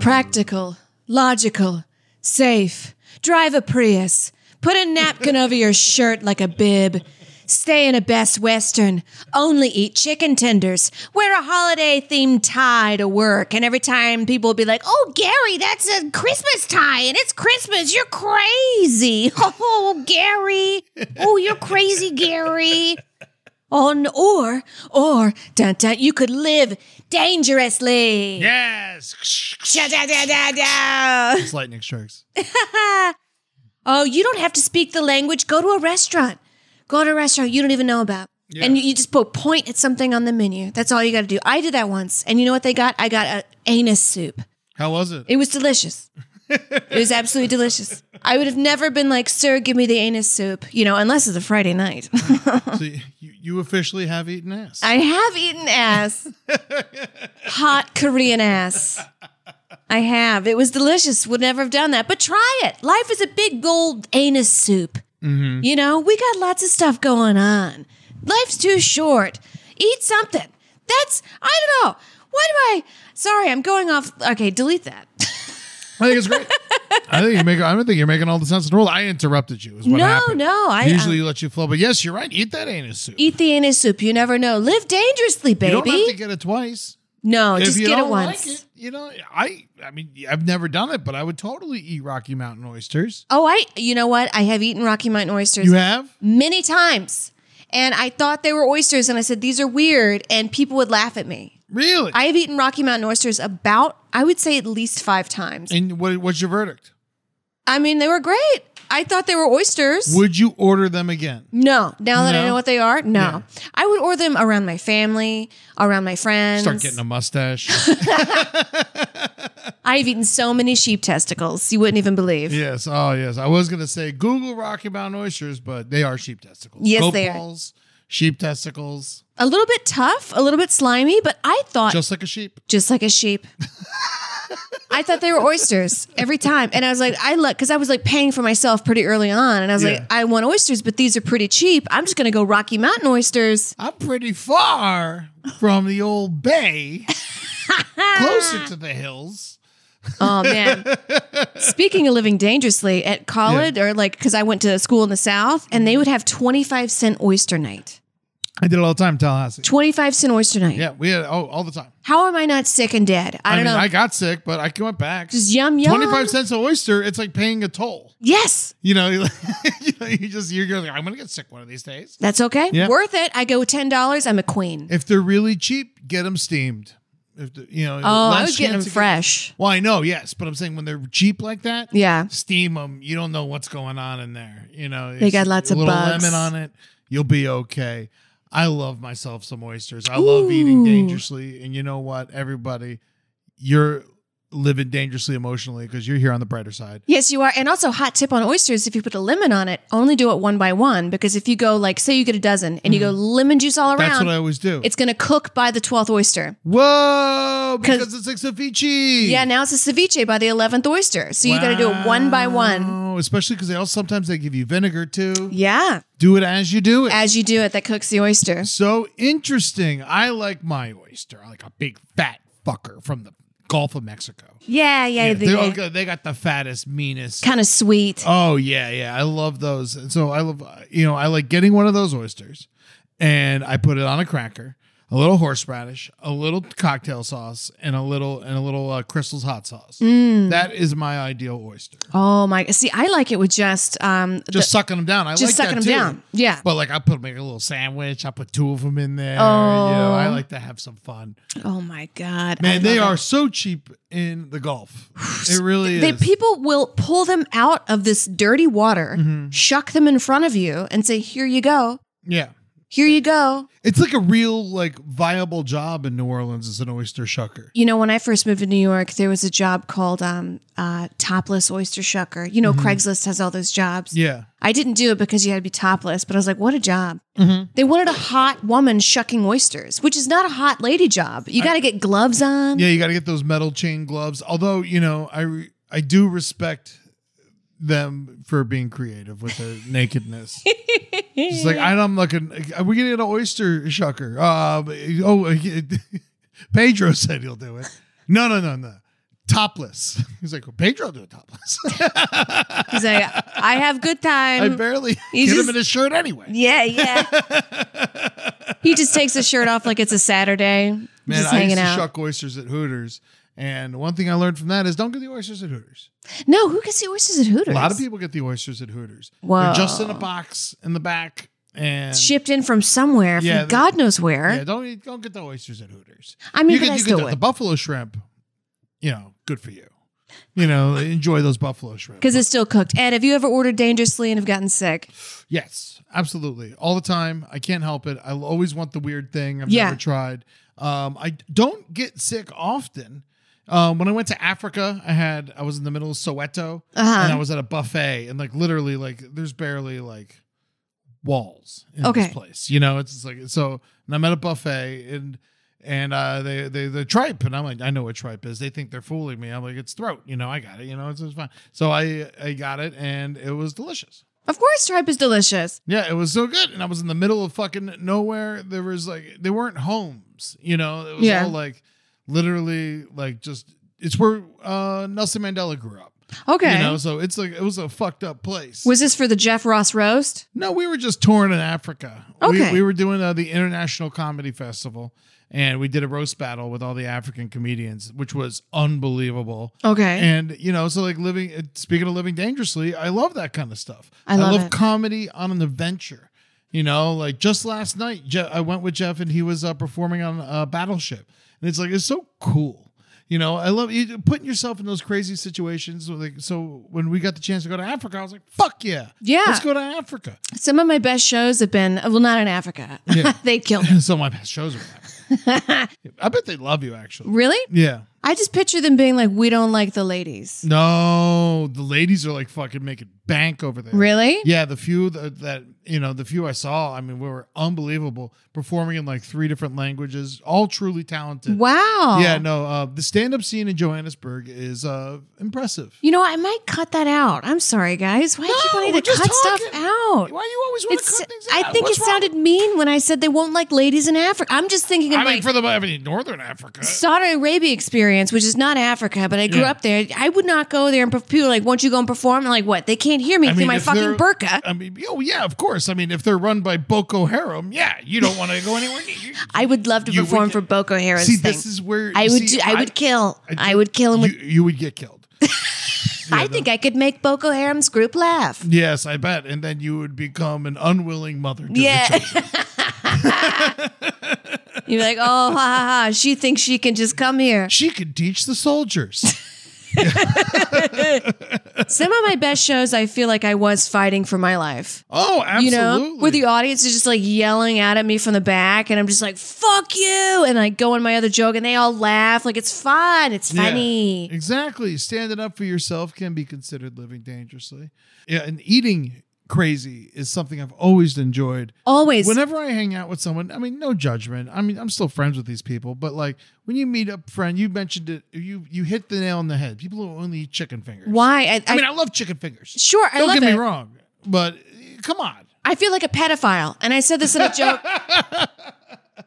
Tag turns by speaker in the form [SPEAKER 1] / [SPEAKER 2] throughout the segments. [SPEAKER 1] Practical, logical, safe. Drive a Prius. Put a napkin over your shirt like a bib. Stay in a Best Western. Only eat chicken tenders. Wear a holiday themed tie to work. And every time people will be like, oh, Gary, that's a Christmas tie and it's Christmas. You're crazy. Oh, Gary. Oh, you're crazy, Gary. On or, or, dun, dun, you could live dangerously.
[SPEAKER 2] Yes.
[SPEAKER 1] Da, da, da, da, da.
[SPEAKER 2] It's lightning strikes.
[SPEAKER 1] Oh, you don't have to speak the language. Go to a restaurant. Go to a restaurant you don't even know about. And you, you just put point at something on the menu. That's all you got to do. I did that once. And you know what they got? I got a anus soup.
[SPEAKER 2] How was it?
[SPEAKER 1] It was delicious. it was absolutely delicious. I would have never been like, sir, give me the anus soup, you know, unless it's a Friday night.
[SPEAKER 2] So you, you officially have eaten ass.
[SPEAKER 1] I have eaten ass. Hot Korean ass. I have. It was delicious. Would never have done that. But try it. Life is a big gold anus soup.
[SPEAKER 2] Mm-hmm.
[SPEAKER 1] You know, we got lots of stuff going on. Life's too short. Eat something. That's, I don't know. Why do I? Sorry, I'm going off. Okay, delete that.
[SPEAKER 2] I think it's great. I think you're making. I don't think you're making all the sense in the world. I interrupted you. Is what
[SPEAKER 1] No,
[SPEAKER 2] happened.
[SPEAKER 1] no, I- um,
[SPEAKER 2] usually let you flow, but yes, you're right. Eat that anus soup.
[SPEAKER 1] Eat the anus soup. You never know. Live dangerously,
[SPEAKER 2] you don't have to
[SPEAKER 1] baby.
[SPEAKER 2] get it twice.
[SPEAKER 1] No,
[SPEAKER 2] If
[SPEAKER 1] just
[SPEAKER 2] you
[SPEAKER 1] get it
[SPEAKER 2] don't like
[SPEAKER 1] once.
[SPEAKER 2] it, you know, I. I mean, I've never done it, but I would totally eat Rocky Mountain oysters.
[SPEAKER 1] Oh, I, you know what? I have eaten Rocky Mountain oysters.
[SPEAKER 2] You have?
[SPEAKER 1] many times. And I thought they were oysters, and I said, These are weird. And people would laugh at me.
[SPEAKER 2] Really?
[SPEAKER 1] I have eaten Rocky Mountain oysters about, I would say, at least five times.
[SPEAKER 2] and what, what's your verdict?
[SPEAKER 1] I mean, they were great. I thought they were oysters.
[SPEAKER 2] Would you order them again?
[SPEAKER 1] no, now that I
[SPEAKER 2] No?
[SPEAKER 1] know what they are, no.
[SPEAKER 2] Yeah.
[SPEAKER 1] I would order them around my family, around my friends.
[SPEAKER 2] Start getting a mustache.
[SPEAKER 1] I've eaten so many sheep testicles, you wouldn't even believe.
[SPEAKER 2] yes. Oh, yes. I was gonna say Google Rocky Mountain oysters, but they are sheep testicles.
[SPEAKER 1] Yes,
[SPEAKER 2] Goat
[SPEAKER 1] they are.
[SPEAKER 2] balls, Sheep testicles,
[SPEAKER 1] A little bit tough, a little bit slimy, but I thought
[SPEAKER 2] just like a sheep.
[SPEAKER 1] just like a sheep. I thought they were oysters every time. And I was like, I look, because I was like paying for myself pretty early on. And I was like,
[SPEAKER 2] Yeah.
[SPEAKER 1] I want oysters, but these are pretty cheap. I'm just going to go Rocky Mountain oysters.
[SPEAKER 2] I'm pretty far from the old bay, closer to the hills.
[SPEAKER 1] Oh, man. Speaking of living dangerously at college, or like, because I went to school in the South, and they would have 25 cent oyster night.
[SPEAKER 2] I did it all the time, in Tallahassee.
[SPEAKER 1] 25 cent oyster night.
[SPEAKER 2] Yeah, we had oh all the time.
[SPEAKER 1] How am I not sick and dead? I, don't
[SPEAKER 2] mean,
[SPEAKER 1] know.
[SPEAKER 2] I got sick, but I went back.
[SPEAKER 1] Just yum, yum.
[SPEAKER 2] Twenty five cents an oyster. It's like paying a toll.
[SPEAKER 1] yes.
[SPEAKER 2] You know, you, know, you just you're going. I'm gonna get sick one of these days.
[SPEAKER 1] That's okay.
[SPEAKER 2] Yeah.
[SPEAKER 1] Worth it. I go $10. I'm a queen.
[SPEAKER 2] If they're really cheap, get them steamed. If the, you know,
[SPEAKER 1] Oh, I
[SPEAKER 2] less
[SPEAKER 1] was getting
[SPEAKER 2] chance
[SPEAKER 1] them
[SPEAKER 2] of
[SPEAKER 1] fresh.
[SPEAKER 2] well, I know, yes, but I'm saying when they're cheap like that,
[SPEAKER 1] Yeah.
[SPEAKER 2] steam them. You don't know what's going on in there. You know,
[SPEAKER 1] They
[SPEAKER 2] it's
[SPEAKER 1] got lots
[SPEAKER 2] a
[SPEAKER 1] of
[SPEAKER 2] little
[SPEAKER 1] bugs.
[SPEAKER 2] lemon on it. You'll be okay. I love myself some oysters. I love eating dangerously. And you know what, everybody, you're living dangerously emotionally because you're here on the brighter side.
[SPEAKER 1] Yes, you are. And also, hot tip on oysters if you put a lemon on it, only do it one by one because if you go, like, say you get a dozen and you go lemon juice all
[SPEAKER 2] Mm. That's
[SPEAKER 1] around,
[SPEAKER 2] what I always do.
[SPEAKER 1] it's going to cook by the 12th oyster.
[SPEAKER 2] Whoa, because it's like ceviche.
[SPEAKER 1] Yeah, now it's a ceviche by the 11th oyster. So you got to do it one by one.
[SPEAKER 2] Oh, especially because they also sometimes they give you vinegar too.
[SPEAKER 1] Yeah,
[SPEAKER 2] Do it as you do it.
[SPEAKER 1] as you do it, that cooks the oyster.
[SPEAKER 2] so interesting. I like my oyster. I like a big fat fucker from the Gulf of Mexico.
[SPEAKER 1] Yeah, yeah.
[SPEAKER 2] Yeah,
[SPEAKER 1] the-
[SPEAKER 2] they, all got- they got the fattest, meanest.
[SPEAKER 1] kind of sweet.
[SPEAKER 2] Oh yeah, yeah. I love those. And so I love uh, you know, I like getting one of those oysters and I put it on a cracker, a little horseradish, a little cocktail sauce and a little and a little uh, Crystal's hot sauce.
[SPEAKER 1] Mm.
[SPEAKER 2] That is my ideal oyster.
[SPEAKER 1] Oh my! See, I like it with just um, the-
[SPEAKER 2] Just sucking them down. I
[SPEAKER 1] just
[SPEAKER 2] like
[SPEAKER 1] sucking
[SPEAKER 2] that
[SPEAKER 1] 'em
[SPEAKER 2] too.
[SPEAKER 1] down. Yeah.
[SPEAKER 2] But like I put make a little sandwich, I put two of them in there. Oh. You know, I like to have some fun.
[SPEAKER 1] oh my god! I
[SPEAKER 2] Man, they
[SPEAKER 1] love
[SPEAKER 2] are
[SPEAKER 1] it.
[SPEAKER 2] so cheap in the Gulf. It really
[SPEAKER 1] They
[SPEAKER 2] is.
[SPEAKER 1] people will pull them out of this dirty water,
[SPEAKER 2] Mm-hmm.
[SPEAKER 1] shuck them in front of you, and say, "Here you go,
[SPEAKER 2] yeah.
[SPEAKER 1] here you go."
[SPEAKER 2] It's like a real like viable job in New Orleans as an oyster shucker.
[SPEAKER 1] You know, when I first moved to New York, there was a job called um, uh, topless oyster shucker. You know, Craigslist has all those jobs.
[SPEAKER 2] Mm-hmm. Yeah.
[SPEAKER 1] I didn't do it because you had to be topless, but I was like, what a job.
[SPEAKER 2] Mm-hmm.
[SPEAKER 1] They wanted a hot woman shucking oysters, which is not a hot lady job. You got to get gloves on.
[SPEAKER 2] Yeah, you got to get those metal chain gloves. Although, you know, I re- I do respect them for being creative with their nakedness. It's like I- I'm looking. Are we getting an oyster shucker? Um, oh, Pedro said he'll do it. No, no, no, no. Topless. He's like, well, Pedro will do it topless.
[SPEAKER 1] He's like, I have good
[SPEAKER 2] I
[SPEAKER 1] time.
[SPEAKER 2] barely
[SPEAKER 1] You
[SPEAKER 2] get
[SPEAKER 1] just-
[SPEAKER 2] him in his shirt anyway.
[SPEAKER 1] yeah, yeah. he just takes his shirt off like it's a Saturday.
[SPEAKER 2] Man,
[SPEAKER 1] just
[SPEAKER 2] I used
[SPEAKER 1] hanging
[SPEAKER 2] to
[SPEAKER 1] out.
[SPEAKER 2] shuck oysters at Hooters, and one thing I learned from that is don't get the oysters at Hooters.
[SPEAKER 1] No, who gets the oysters at Hooters?
[SPEAKER 2] A lot of people get the oysters at Hooters.
[SPEAKER 1] Whoa.
[SPEAKER 2] They're just in a box in the back, and
[SPEAKER 1] Shipped in from somewhere,
[SPEAKER 2] Yeah,
[SPEAKER 1] from
[SPEAKER 2] they-
[SPEAKER 1] God knows where.
[SPEAKER 2] yeah, don't eat- don't get the oysters at Hooters.
[SPEAKER 1] I mean,
[SPEAKER 2] you
[SPEAKER 1] but
[SPEAKER 2] get,
[SPEAKER 1] I
[SPEAKER 2] you
[SPEAKER 1] still
[SPEAKER 2] get the,
[SPEAKER 1] would.
[SPEAKER 2] the buffalo shrimp. You know, good for you. You know, enjoy those buffalo shrimp.
[SPEAKER 1] Because it's still cooked. Ed, have you ever ordered dangerously and have gotten sick?
[SPEAKER 2] Yes, absolutely. All the time. I can't help it. I always want the weird thing I've
[SPEAKER 1] Yeah.
[SPEAKER 2] never tried. Um, I don't get sick often. Um, when I went to Africa, I had I was in the middle of Soweto
[SPEAKER 1] Uh-huh.
[SPEAKER 2] and I was at a buffet and like literally like there's barely like walls in
[SPEAKER 1] Okay.
[SPEAKER 2] this place. You know, it's just like so and I'm at a buffet and and uh they they the tripe and I'm like I know what tripe is. They think they're fooling me. I'm like it's throat, you know, I got it, you know, it's, it's fine. So I I got it and it was delicious.
[SPEAKER 1] Of course, tripe is delicious.
[SPEAKER 2] Yeah, it was so good. And I was in the middle of fucking nowhere. There was like they weren't homes, you know. It was
[SPEAKER 1] Yeah.
[SPEAKER 2] all like literally like just it's where uh Nelson Mandela grew up.
[SPEAKER 1] Okay.
[SPEAKER 2] You know, so it's like it was a fucked up place.
[SPEAKER 1] Was this for the Jeff Ross roast?
[SPEAKER 2] no, we were just touring in Africa. We-
[SPEAKER 1] Okay.
[SPEAKER 2] We, were doing uh, the International Comedy Festival and we did a roast battle with all the African comedians, which was unbelievable.
[SPEAKER 1] Okay.
[SPEAKER 2] And you know, so like living. uh, Speaking of living dangerously, I love that kind of stuff.
[SPEAKER 1] I love it.
[SPEAKER 2] comedy on an adventure. You know, like just last night, Je- I went with Jeff and he was uh, performing on a battleship, and it's like it's so cool. You know, I love you putting yourself in those crazy situations. Like, so when we got the chance to go to Africa, I was like, "Fuck yeah,
[SPEAKER 1] Yeah.
[SPEAKER 2] let's go to Africa."
[SPEAKER 1] Some of my best shows have been uh, well, not in Africa. they killed. me.
[SPEAKER 2] so my best shows are. in Africa. I bet they love you, actually.
[SPEAKER 1] Really?
[SPEAKER 2] Yeah.
[SPEAKER 1] I just picture them being like, "We don't like the ladies."
[SPEAKER 2] No, the ladies are like fucking making bank over there.
[SPEAKER 1] Really?
[SPEAKER 2] Yeah, the few that, that you know, the few I saw, I mean, we were unbelievable performing in like three different languages, all truly talented.
[SPEAKER 1] Wow.
[SPEAKER 2] Yeah, no, uh, the stand-up scene in Johannesburg is uh, impressive.
[SPEAKER 1] You know, I might cut that out. I'm sorry, guys. Why do you
[SPEAKER 2] No,
[SPEAKER 1] wanting
[SPEAKER 2] we're
[SPEAKER 1] to
[SPEAKER 2] just
[SPEAKER 1] cut stuff
[SPEAKER 2] talking.
[SPEAKER 1] out?
[SPEAKER 2] Why you always want to
[SPEAKER 1] It's,
[SPEAKER 2] cut things out?
[SPEAKER 1] I think
[SPEAKER 2] What's
[SPEAKER 1] it
[SPEAKER 2] wrong?
[SPEAKER 1] sounded mean when I said they won't like ladies in Africa. I'm just thinking of
[SPEAKER 2] I mean,
[SPEAKER 1] like
[SPEAKER 2] for the I mean, Northern Africa.
[SPEAKER 1] Saudi Arabia experience, which is not Africa, but I grew
[SPEAKER 2] Yeah.
[SPEAKER 1] up there. I would not go there and perf- people are like, won't you go and perform? I'm like, what? They can't hear me
[SPEAKER 2] I
[SPEAKER 1] through
[SPEAKER 2] mean,
[SPEAKER 1] my
[SPEAKER 2] if they're-
[SPEAKER 1] fucking burqa.
[SPEAKER 2] I mean, oh yeah, of course. I mean, if they're run by Boko Haram, yeah, you don't want to go anywhere. near- you-
[SPEAKER 1] I would love to
[SPEAKER 2] You
[SPEAKER 1] perform
[SPEAKER 2] would-
[SPEAKER 1] for Boko Harris.
[SPEAKER 2] See,
[SPEAKER 1] thing.
[SPEAKER 2] this is where
[SPEAKER 1] I would.
[SPEAKER 2] see,
[SPEAKER 1] do, I, would kill. I, would kill him. With,
[SPEAKER 2] You, you would get killed.
[SPEAKER 1] I think I could make Boko Haram's group laugh.
[SPEAKER 2] Yes, I bet. And then you would become an unwilling mother. To yeah.
[SPEAKER 1] Yeah. You're like, oh, ha ha ha! She thinks she can just come here.
[SPEAKER 2] She could teach the soldiers.
[SPEAKER 1] Some of my best shows, I feel like I was fighting for my life.
[SPEAKER 2] Oh, absolutely.
[SPEAKER 1] You know, where the audience is just like yelling out at me from the back, and I'm just like, fuck you. And I go on my other joke, and they all laugh. Like, it's fun. It's
[SPEAKER 2] Yeah,
[SPEAKER 1] funny.
[SPEAKER 2] exactly. Standing up for yourself can be considered living dangerously. Yeah, and eating crazy is something I've always enjoyed.
[SPEAKER 1] Always.
[SPEAKER 2] Whenever I hang out with someone, I mean, no judgment. I mean, I'm still friends with these people, but like when you meet up, friend, you mentioned it. You you hit the nail on the head. People who only eat chicken fingers.
[SPEAKER 1] why? I,
[SPEAKER 2] I,
[SPEAKER 1] I-
[SPEAKER 2] mean, I love chicken fingers.
[SPEAKER 1] Sure, I
[SPEAKER 2] Don't
[SPEAKER 1] love
[SPEAKER 2] get
[SPEAKER 1] it.
[SPEAKER 2] me wrong, but eh, come on.
[SPEAKER 1] I feel like a pedophile. And I said this in a joke.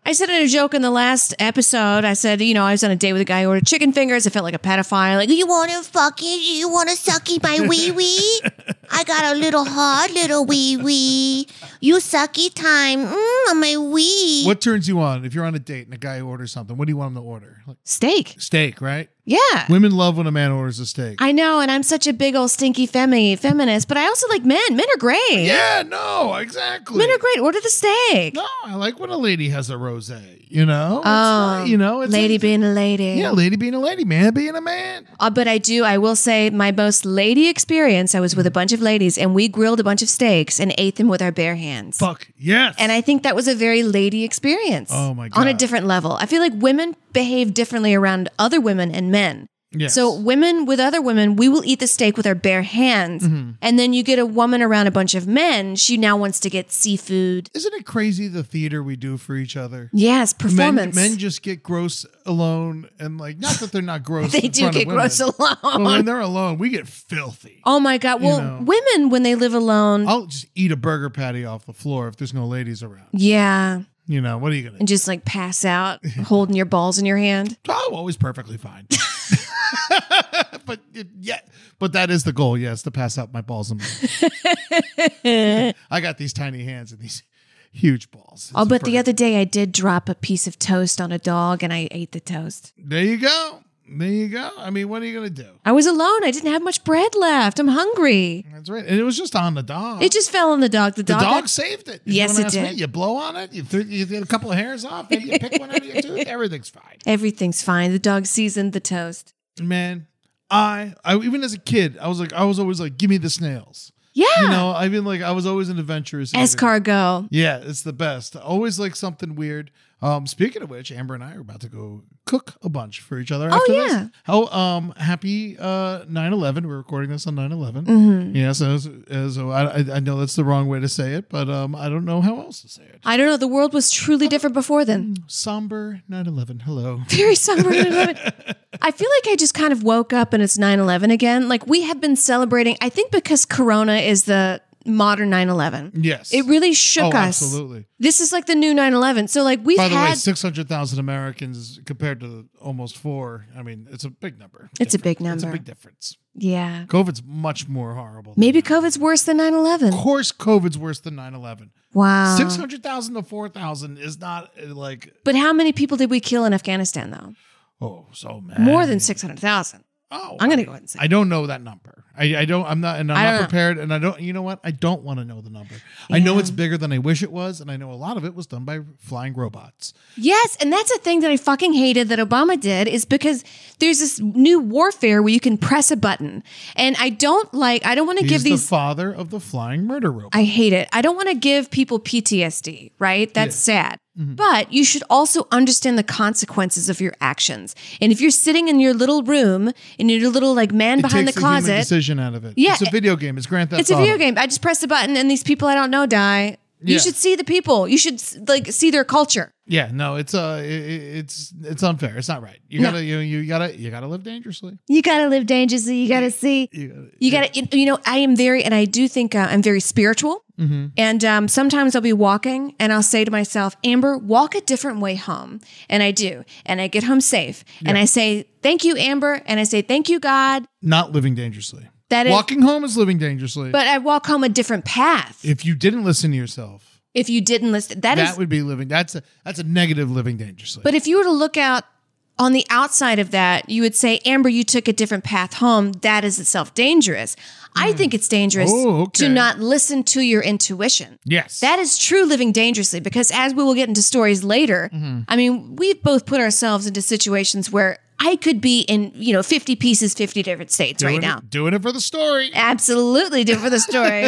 [SPEAKER 1] I said in a joke in the last episode. I said, you know, I was on a date with a guy who ordered chicken fingers. I felt like a pedophile. Like,
[SPEAKER 3] You wanna fucking, you wanna sucky my wee wee? I got a little hard little wee wee. You sucky time, mm, on my wee.
[SPEAKER 2] What turns you on if you're on a date and a guy orders something? What do you want him to order? Like
[SPEAKER 1] steak.
[SPEAKER 2] steak, right?
[SPEAKER 1] Yeah.
[SPEAKER 2] Women love when a man orders a steak.
[SPEAKER 1] I know. And I'm such a big old stinky femi feminist, but I also like men. Men are great.
[SPEAKER 2] yeah, no, exactly.
[SPEAKER 1] Men are great. Order the steak.
[SPEAKER 2] No, I like when a lady has a rosé. You know, It's
[SPEAKER 1] Oh,
[SPEAKER 2] not- you know, it's
[SPEAKER 1] lady being a lady.
[SPEAKER 2] yeah, lady being a lady, man being a man.
[SPEAKER 1] Uh, but I do, I will say, my most lady experience, I was with a bunch of ladies and we grilled a bunch of steaks and ate them with our bare hands.
[SPEAKER 2] Fuck yes.
[SPEAKER 1] And I think that was a very lady experience.
[SPEAKER 2] Oh, my
[SPEAKER 1] On a
[SPEAKER 2] God.
[SPEAKER 1] different level. I feel like women behave differently around other women and men.
[SPEAKER 2] Yes.
[SPEAKER 1] So women with other women, we will eat the steak with our bare hands.
[SPEAKER 2] Mm-hmm.
[SPEAKER 1] And then you get a woman around a bunch of men, she now wants to get seafood.
[SPEAKER 2] isn't it crazy the theater we do for each other?
[SPEAKER 1] Yes,
[SPEAKER 2] Men,
[SPEAKER 1] performance.
[SPEAKER 2] men just get gross alone, and like not that they're not gross.
[SPEAKER 1] they
[SPEAKER 2] in
[SPEAKER 1] do
[SPEAKER 2] front of
[SPEAKER 1] get
[SPEAKER 2] women,
[SPEAKER 1] gross
[SPEAKER 2] But
[SPEAKER 1] alone.
[SPEAKER 2] when they're alone, we get filthy.
[SPEAKER 1] Oh my god. Well,
[SPEAKER 2] know. Oh.
[SPEAKER 1] women when they live alone,
[SPEAKER 2] I'll just eat a burger patty off the floor if there's no ladies around.
[SPEAKER 1] yeah,
[SPEAKER 2] You know what are you gonna?
[SPEAKER 1] and
[SPEAKER 2] do?
[SPEAKER 1] just like pass out holding your balls in your hand.
[SPEAKER 2] Oh, always perfectly fine. but it- yeah, but that is the goal. Yes, to pass out my balls. And I got these tiny hands and these huge balls.
[SPEAKER 1] Oh,
[SPEAKER 2] It's
[SPEAKER 1] but the
[SPEAKER 2] perfect-
[SPEAKER 1] other day I did drop a piece of toast on a dog and I ate the toast.
[SPEAKER 2] There you go. There you go. I mean, what are you gonna do?
[SPEAKER 1] I was alone. I didn't have much bread left. I'm hungry.
[SPEAKER 2] That's right. And it was just on the dog.
[SPEAKER 1] It just fell on the dog. The
[SPEAKER 2] the
[SPEAKER 1] dog.
[SPEAKER 2] dog,
[SPEAKER 1] got-
[SPEAKER 2] saved it.
[SPEAKER 1] Yes,
[SPEAKER 2] wanna
[SPEAKER 1] it
[SPEAKER 2] ask
[SPEAKER 1] did.
[SPEAKER 2] you blow on it. You, th- you get a couple of hairs off. Maybe you pick one out of your tooth. Everything's fine.
[SPEAKER 1] everything's fine. The dog seasoned the toast.
[SPEAKER 2] Man, I, I even as a kid, I was like, I was always like, give me the snails.
[SPEAKER 1] Yeah.
[SPEAKER 2] You know, I mean, like I was always an adventurous. eater.
[SPEAKER 1] Escargot.
[SPEAKER 2] Yeah, it's the best. Always like something weird. Um, speaking of which, Amber and I are about to go cook a bunch for each other.
[SPEAKER 1] Oh,
[SPEAKER 2] after
[SPEAKER 1] yeah.
[SPEAKER 2] This. How um happy uh 9/11. We're recording this on 9/11.
[SPEAKER 1] Mm-hmm.
[SPEAKER 2] Yeah, so, so, so I I- I know that's the wrong way to say it, but um I don't know how else to say it.
[SPEAKER 1] I don't know. The world was truly different before then.
[SPEAKER 2] Somber 9/11. Hello.
[SPEAKER 1] Very somber. 9/11. I feel like I just kind of woke up and it's 9 11 again. Like we have been celebrating, I think because Corona is the modern 9 11.
[SPEAKER 2] Yes.
[SPEAKER 1] It really shook
[SPEAKER 2] Oh,
[SPEAKER 1] us.
[SPEAKER 2] absolutely.
[SPEAKER 1] This is like the new 9 11. So, like, we've
[SPEAKER 2] By the way,
[SPEAKER 1] had.
[SPEAKER 2] 600,000 Americans compared to almost 4. I mean, it's a big number.
[SPEAKER 1] It's a big
[SPEAKER 2] It's a
[SPEAKER 1] number.
[SPEAKER 2] big difference.
[SPEAKER 1] yeah.
[SPEAKER 2] COVID's much more horrible. than
[SPEAKER 1] Maybe
[SPEAKER 2] that.
[SPEAKER 1] COVID's worse than 9 11.
[SPEAKER 2] Of course COVID's worse than 9/11.
[SPEAKER 1] Wow.
[SPEAKER 2] Six hundred thousand to four thousand is not uh, like
[SPEAKER 1] But how many people did we kill in Afghanistan, though?
[SPEAKER 2] oh so many.
[SPEAKER 1] More than 600,000.
[SPEAKER 2] Oh,
[SPEAKER 1] I'm gonna go ahead and say.
[SPEAKER 2] I don't know that number. I, I don't. I'm not. And I'm
[SPEAKER 1] I
[SPEAKER 2] not
[SPEAKER 1] don't know.
[SPEAKER 2] prepared. And I don't. You know what? I don't want to know the number. I know
[SPEAKER 1] Yeah.
[SPEAKER 2] it's bigger than I wish it was, and I know a lot of it was done by flying robots.
[SPEAKER 1] Yes, and that's a thing that I fucking hated that Obama did is because there's this new warfare where you can press a button. And I don't like I don't want to
[SPEAKER 2] He's
[SPEAKER 1] give
[SPEAKER 2] the
[SPEAKER 1] these
[SPEAKER 2] father of the flying murder robot.
[SPEAKER 1] I hate it. I don't want to give people PTSD, right? That's sad.
[SPEAKER 2] Mm-hmm.
[SPEAKER 1] But you should also understand the consequences of your actions. And if you're sitting in your little room in your little like man
[SPEAKER 2] It
[SPEAKER 1] behind the
[SPEAKER 2] takes human
[SPEAKER 1] closet,
[SPEAKER 2] decision out of it.
[SPEAKER 1] Yeah,
[SPEAKER 2] it's a
[SPEAKER 1] it-
[SPEAKER 2] video game. It's Grand Theft
[SPEAKER 1] it's a
[SPEAKER 2] Auto.
[SPEAKER 1] video game. I just press a button and these people I don't know die.
[SPEAKER 2] Yeah.
[SPEAKER 1] You should see the people. You should like see their culture.
[SPEAKER 2] Yeah, no, it's uh, i- i it's it's unfair. It's not right. You
[SPEAKER 1] No.
[SPEAKER 2] gotta you you gotta you gotta live dangerously.
[SPEAKER 1] You gotta live dangerously. You gotta see.
[SPEAKER 2] You gotta,
[SPEAKER 1] You got to, you know, I am very, and I do think uh, I'm very spiritual. And um, sometimes I'll be walking and I'll say to myself, Amber, walk a different way home. And I do. And I get home safe. And I say, thank you, Amber. And I say, thank you, God.
[SPEAKER 2] not living dangerously.
[SPEAKER 1] That is-
[SPEAKER 2] walking home is living dangerously.
[SPEAKER 1] But I walk home a different path. If,
[SPEAKER 2] if you didn't listen to yourself,
[SPEAKER 1] you didn't listen, that
[SPEAKER 2] that
[SPEAKER 1] is,
[SPEAKER 2] would be living. That's a that's a negative living dangerously.
[SPEAKER 1] but if you were to look out on the outside of that, you would say, Amber, you took a different path home. That is itself dangerous. I think it's dangerous
[SPEAKER 2] Hmm. Oh, okay.
[SPEAKER 1] to not listen to your intuition.
[SPEAKER 2] yes,
[SPEAKER 1] That is true living dangerously
[SPEAKER 2] Mm-hmm.
[SPEAKER 1] because as we will get into stories later, I mean, we've both put ourselves into situations where I could be in, you know, 50 pieces, 50 different states
[SPEAKER 2] Doing
[SPEAKER 1] right
[SPEAKER 2] it-
[SPEAKER 1] now.
[SPEAKER 2] doing it for the story.
[SPEAKER 1] Absolutely do for the story.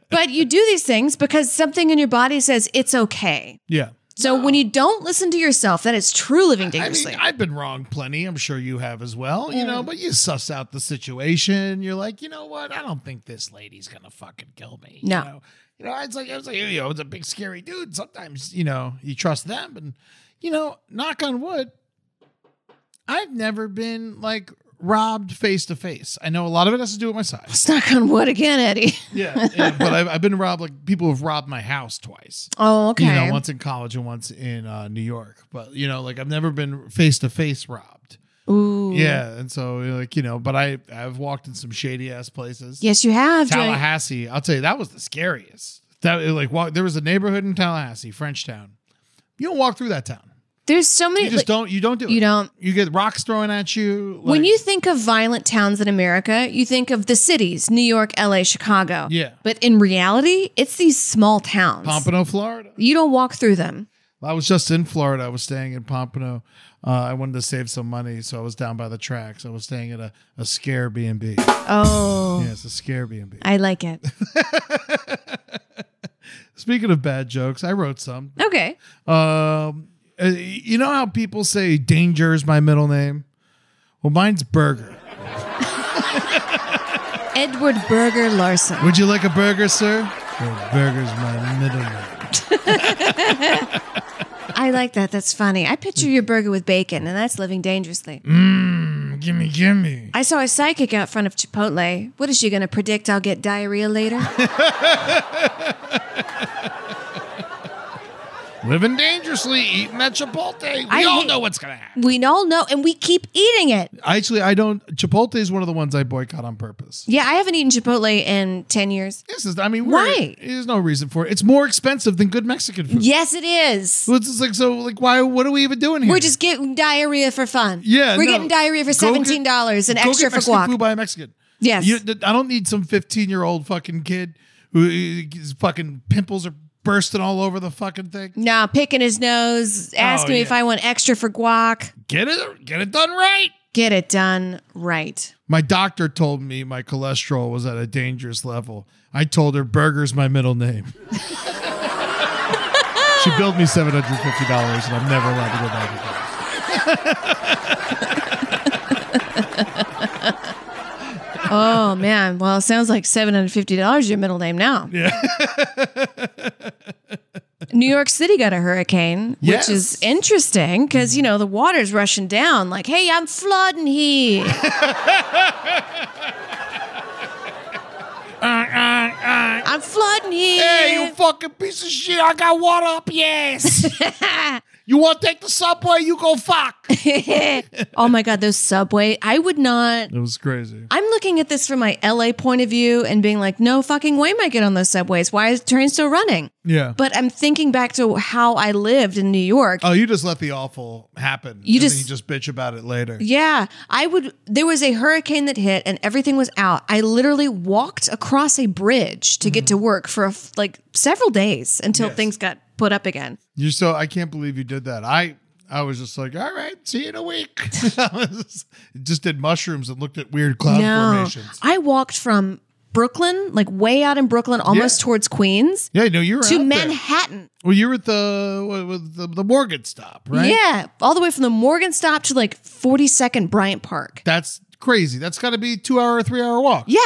[SPEAKER 1] but you do these things because something in your body says it's okay.
[SPEAKER 2] Yeah.
[SPEAKER 1] So when you don't listen to yourself, that is true living
[SPEAKER 2] I mean,
[SPEAKER 1] dangerously.
[SPEAKER 2] I've been wrong plenty. I'm sure you have as well, you know, but you suss out the situation. You're like, you know what? I don't think this lady's going to fucking kill me.
[SPEAKER 1] No.
[SPEAKER 2] You know, you know it's like, I was like, you know, it's a big scary dude. Sometimes, you know, you trust them. And, you know, knock on wood, I've never been like robbed face to face. I know a lot of it has to do with my size.
[SPEAKER 1] it's not on wood again, Eddie.
[SPEAKER 2] Yeah. yeah, but I've, I've been robbed, like, people have robbed my house twice.
[SPEAKER 1] Oh, okay.
[SPEAKER 2] You know, once in college and once in uh, New York. But you know, like I've never been face to face robbed.
[SPEAKER 1] Ooh.
[SPEAKER 2] Yeah, and so like you know, but I I've walked in some shady ass places.
[SPEAKER 1] Yes, you have. Joy.
[SPEAKER 2] Tallahassee, I'll tell you that was the scariest. That like walk, there was a neighborhood in Tallahassee, Frenchtown. You don't walk through that town.
[SPEAKER 1] There's so many.
[SPEAKER 2] You just
[SPEAKER 1] like,
[SPEAKER 2] don't. You don't do it.
[SPEAKER 1] you don't.
[SPEAKER 2] You get rocks thrown at you.
[SPEAKER 1] when
[SPEAKER 2] like-
[SPEAKER 1] you think of violent towns in America, you think of the cities, New York, LA, Chicago.
[SPEAKER 2] Yeah.
[SPEAKER 1] But in reality, it's these small towns.
[SPEAKER 2] Pompano, Florida.
[SPEAKER 1] You don't walk through them.
[SPEAKER 2] I was just in Florida. I was staying in Pompano. Uh, I wanted to save some money, so I was down by the tracks. I was staying at a, a scare B and B.
[SPEAKER 1] Oh,
[SPEAKER 2] Yeah, it's a scare B and B.
[SPEAKER 1] I like it.
[SPEAKER 2] Speaking of bad jokes, I wrote some.
[SPEAKER 1] Okay.
[SPEAKER 2] Um, uh, you know how people say danger is my middle name? Well, mine's Burger.
[SPEAKER 1] Edward Berger Larson.
[SPEAKER 2] Would you like a burger, sir? Well, burger's my middle name.
[SPEAKER 1] I like that. That's funny. I picture your burger with bacon, and that's living dangerously.
[SPEAKER 2] Mm, Gimme, gimme.
[SPEAKER 1] I saw a psychic out front of Chipotle. What is she going to predict? I'll get diarrhea later?
[SPEAKER 2] Living dangerously, eating that Chipotle. We
[SPEAKER 1] I
[SPEAKER 2] all
[SPEAKER 1] hate-
[SPEAKER 2] know what's gonna happen.
[SPEAKER 1] we all know, and we keep eating it.
[SPEAKER 2] Actually, I don't. Chipotle is one of the ones I boycott on purpose.
[SPEAKER 1] Yeah, I haven't eaten Chipotle in 10 years.
[SPEAKER 2] This is. I mean, we're-
[SPEAKER 1] Why?
[SPEAKER 2] There's no reason for it. It's more expensive than good Mexican food.
[SPEAKER 1] Yes, it is.
[SPEAKER 2] So it's just like so. Like, why? What are we even doing here?
[SPEAKER 1] We're just getting diarrhea for fun.
[SPEAKER 2] Yeah,
[SPEAKER 1] We're
[SPEAKER 2] no.
[SPEAKER 1] getting diarrhea for
[SPEAKER 2] Go get-
[SPEAKER 1] $17 and
[SPEAKER 2] Go
[SPEAKER 1] extra for
[SPEAKER 2] get Mexican
[SPEAKER 1] guac.
[SPEAKER 2] Food by a Mexican.
[SPEAKER 1] Yes.
[SPEAKER 2] You, I don't need some 15 year old fucking kid who uh, his fucking pimples are bursting all over the fucking thing.
[SPEAKER 1] No, picking his nose, asking me
[SPEAKER 2] Oh, yeah.
[SPEAKER 1] if I want extra for guac.
[SPEAKER 2] Get it, get it done right.
[SPEAKER 1] Get it done right.
[SPEAKER 2] My doctor told me my cholesterol was at a dangerous level. I told her burger's my middle name. she billed me $750 and I'm never allowed to go back again.
[SPEAKER 1] Oh, man. Well, it sounds like $750 your middle name now. Yeah. New York City got a hurricane,
[SPEAKER 2] Yes.
[SPEAKER 1] which is interesting because, you know, the water's rushing down. Like, hey, I'm flooding here. I'm flooding here.
[SPEAKER 2] Hey, you fucking piece of shit. I got water up your ass. you want to take the subway? You go fuck. it
[SPEAKER 1] oh, my God, those subway. I would not.
[SPEAKER 2] was crazy.
[SPEAKER 1] I'm looking at this from my LA point of view and being like, no fucking way am I get on those subways. Why is the train still running?
[SPEAKER 2] Yeah.
[SPEAKER 1] But I'm thinking back to how I lived in New York.
[SPEAKER 2] Oh, you just let the awful happen.
[SPEAKER 1] You
[SPEAKER 2] and then
[SPEAKER 1] just-
[SPEAKER 2] you just bitch about it later.
[SPEAKER 1] yeah, I would. There was a hurricane that hit and everything was out. I literally walked across a bridge to
[SPEAKER 2] Mm-hmm.
[SPEAKER 1] get to work for a f like several days until things got put up again.
[SPEAKER 2] You're so I can't believe you did that. I I was just like, all right, see you in a week. I was just, just did mushrooms and looked at weird cloud
[SPEAKER 1] No,
[SPEAKER 2] formations.
[SPEAKER 1] I walked from Brooklyn, like way out in Brooklyn, almost towards Queens,
[SPEAKER 2] Yeah, no, you were out
[SPEAKER 1] to
[SPEAKER 2] there.
[SPEAKER 1] Manhattan.
[SPEAKER 2] Well, you were at the what was the, the Morgan stop, right?
[SPEAKER 1] Yeah, all the way from the Morgan stop to like 42nd Bryant Park.
[SPEAKER 2] that's crazy. That's got to be two hour or three hour walk.
[SPEAKER 1] Yeah,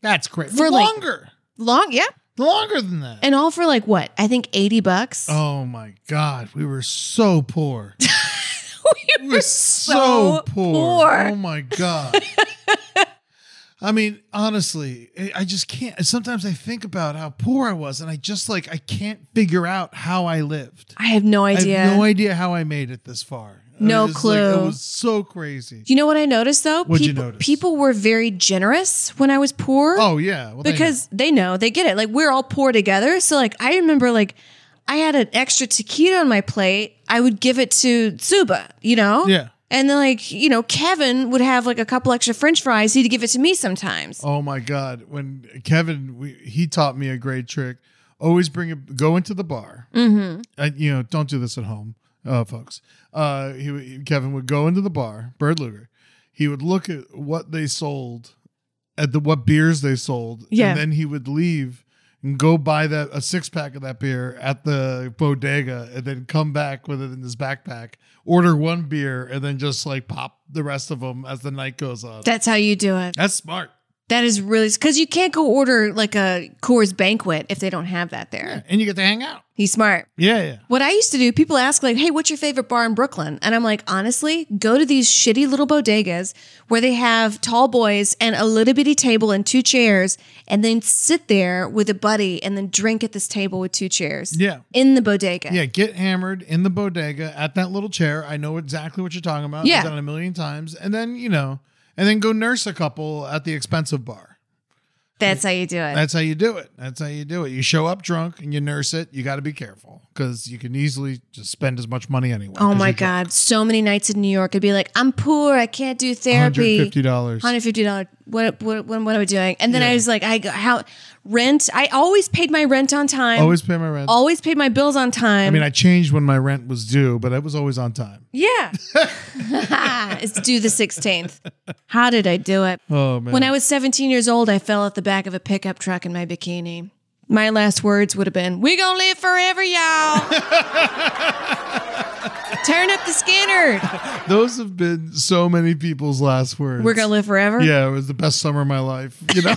[SPEAKER 2] That's crazy.
[SPEAKER 1] For, like-
[SPEAKER 2] longer,
[SPEAKER 1] long. Yeah,
[SPEAKER 2] longer than that.
[SPEAKER 1] and all for like what? I think 80 bucks.
[SPEAKER 2] oh my god, we were so poor.
[SPEAKER 1] we
[SPEAKER 2] We're so, poor.
[SPEAKER 1] poor.
[SPEAKER 2] Oh my god. I mean, honestly, I- I just can't. Sometimes I think about how poor I was, and I just like I can't figure out how I lived.
[SPEAKER 1] I have no idea.
[SPEAKER 2] I have no idea how I made it this far. I
[SPEAKER 1] No
[SPEAKER 2] was like-
[SPEAKER 1] clue.
[SPEAKER 2] it was so crazy.
[SPEAKER 1] You know what I noticed though?
[SPEAKER 2] What'd you
[SPEAKER 1] people,
[SPEAKER 2] notice?
[SPEAKER 1] people were very generous when I was poor.
[SPEAKER 2] Oh yeah, well, they know.
[SPEAKER 1] because they know they get it. Like we're all poor together. So like I remember like I had an extra taquito on my plate. I would give it to Zuba, you know?
[SPEAKER 2] Yeah.
[SPEAKER 1] And then like, you know, Kevin would have like a couple extra french fries. He'd give it to me sometimes.
[SPEAKER 2] Oh my god! When Kevin, we, he taught me a great trick. Always bring a go into the bar. Mm-hmm. you know, don't do this at home. uh, folks. Uh, he, would- Kevin would go into the bar, Bird Luger. He would look at what they sold, at the what beers they sold,
[SPEAKER 4] Yeah.
[SPEAKER 2] and then he would leave and go buy that a six pack of that beer at the bodega, and then come back with it in his backpack, order one beer, and then just like pop the rest of them as the night goes on.
[SPEAKER 1] That's how you do it.
[SPEAKER 2] That's smart.
[SPEAKER 1] That is really because you can't go order like a Coors banquet if they don't have that there.
[SPEAKER 2] And you get to hang out.
[SPEAKER 1] He's smart.
[SPEAKER 2] Yeah, yeah.
[SPEAKER 1] What I used to do, people ask like, "Hey, what's your favorite bar in Brooklyn?" And I'm like, honestly, go to these shitty little bodegas where they have tall boys and a little bitty table and two chairs, and then sit there with a buddy and then drink at this table with two chairs.
[SPEAKER 2] Yeah.
[SPEAKER 1] in the bodega.
[SPEAKER 2] Yeah, get hammered in the bodega at that little chair. I know exactly what you're talking about.
[SPEAKER 1] Yeah.
[SPEAKER 2] I've done it a million times. And then, you know, and then go nurse a couple at the expensive bar.
[SPEAKER 1] that's how you do it.
[SPEAKER 2] That's how you do it. That's how you do it. You show up drunk and you nurse it. You got to be careful because you can easily just spend as much money anyway.
[SPEAKER 1] Oh
[SPEAKER 2] 'cause
[SPEAKER 1] my
[SPEAKER 2] you're drunk.
[SPEAKER 1] God. So many nights in New York, I'd be like, I'm poor. I can't do therapy.
[SPEAKER 2] $150.
[SPEAKER 1] $150. What, what, what, what am I doing? And then I was like, I go, how rent. I always paid my rent on time.
[SPEAKER 2] Always pay my rent.
[SPEAKER 1] Always paid my bills on time.
[SPEAKER 2] I mean, I changed when my rent was due, but it was always on time.
[SPEAKER 1] yeah. it's due the 16th. How did I do it?
[SPEAKER 2] Oh, man.
[SPEAKER 1] When I was 17 years old, I fell out the back of a pickup truck in my bikini. My last words would have been, We gonna live forever, y'all. Turn up the scanner.
[SPEAKER 2] Those have been so many people's last words.
[SPEAKER 1] We're gonna live forever.
[SPEAKER 2] Yeah, it was the best summer of my life. You know?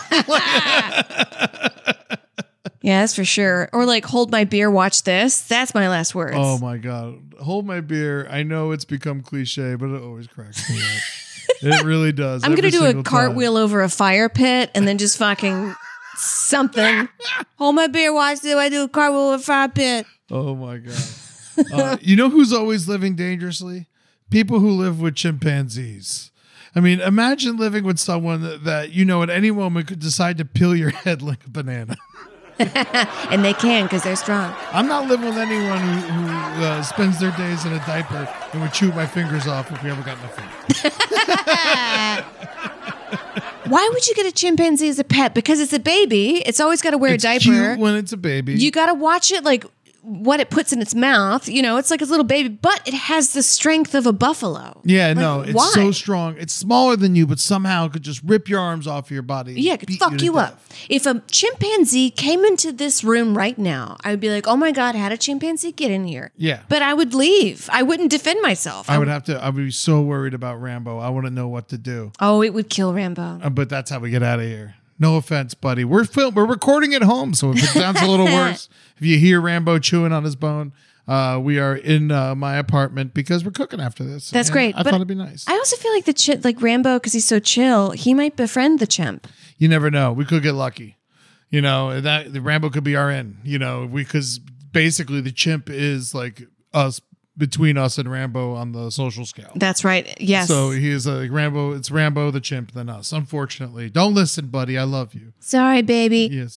[SPEAKER 1] Yeah, that's for sure. Or like, hold my beer, watch this. That's my last words.
[SPEAKER 2] Oh my god! Hold my beer. I know it's become cliche, but it always cracks me up. it really does.
[SPEAKER 1] I'm
[SPEAKER 2] every
[SPEAKER 1] gonna do a
[SPEAKER 2] single time.
[SPEAKER 1] cartwheel over a fire pit and then just fucking something. hold my beer, watch this. I do a cartwheel over a fire pit.
[SPEAKER 2] Oh my god! Uh, you know who's always living dangerously? People who live with chimpanzees. I mean, imagine living with someone that, that you know at any moment could decide to peel your head like a banana.
[SPEAKER 1] And they can because they're strong.
[SPEAKER 2] I'm not living with anyone who, who uh, spends their days in a diaper and would chew my fingers off if we ever got in a fight.
[SPEAKER 1] Why would you get a chimpanzee as a pet? Because it's a baby. It's always got to wear
[SPEAKER 2] It's
[SPEAKER 1] a diaper.
[SPEAKER 2] cute when it's a baby.
[SPEAKER 1] you got to watch it like what it puts in its mouth. You know, it's like a little baby, but it has the strength of a buffalo.
[SPEAKER 2] Yeah,
[SPEAKER 1] Like,
[SPEAKER 2] no, it's
[SPEAKER 1] why?
[SPEAKER 2] so strong. It's smaller than you, but somehow it could just rip your arms off of your body. and
[SPEAKER 1] Yeah, it could
[SPEAKER 2] beat
[SPEAKER 1] fuck
[SPEAKER 2] to
[SPEAKER 1] you,
[SPEAKER 2] death.
[SPEAKER 1] up. If a chimpanzee came into this room right now, I would be like, "Oh my god, how did chimpanzee get in here?"
[SPEAKER 2] Yeah.
[SPEAKER 1] but I would leave. I wouldn't defend myself.
[SPEAKER 2] I would have to. I would be so worried about Rambo. I wouldn't know what to do.
[SPEAKER 1] oh, it would kill Rambo.
[SPEAKER 2] Uh, But that's how we get out of here. No offense, buddy. We're film. We're recording at home, so if it sounds a little worse, if you hear Rambo chewing on his bone, uh, we are in uh, my apartment because we're cooking after this.
[SPEAKER 1] That's
[SPEAKER 2] and
[SPEAKER 1] great,
[SPEAKER 2] I
[SPEAKER 1] but
[SPEAKER 2] thought it'd be nice.
[SPEAKER 1] I also feel like the chi- like Rambo because he's so chill. He might befriend the chimp.
[SPEAKER 2] you never know. We could get lucky. You know that the Rambo could be our end. You know because basically the chimp is like us between us and Rambo on the social scale.
[SPEAKER 1] That's right. Yes.
[SPEAKER 2] So he is like Rambo. It's Rambo the chimp than us. Unfortunately, don't listen, buddy. I love you.
[SPEAKER 1] Sorry, baby.
[SPEAKER 2] Yes.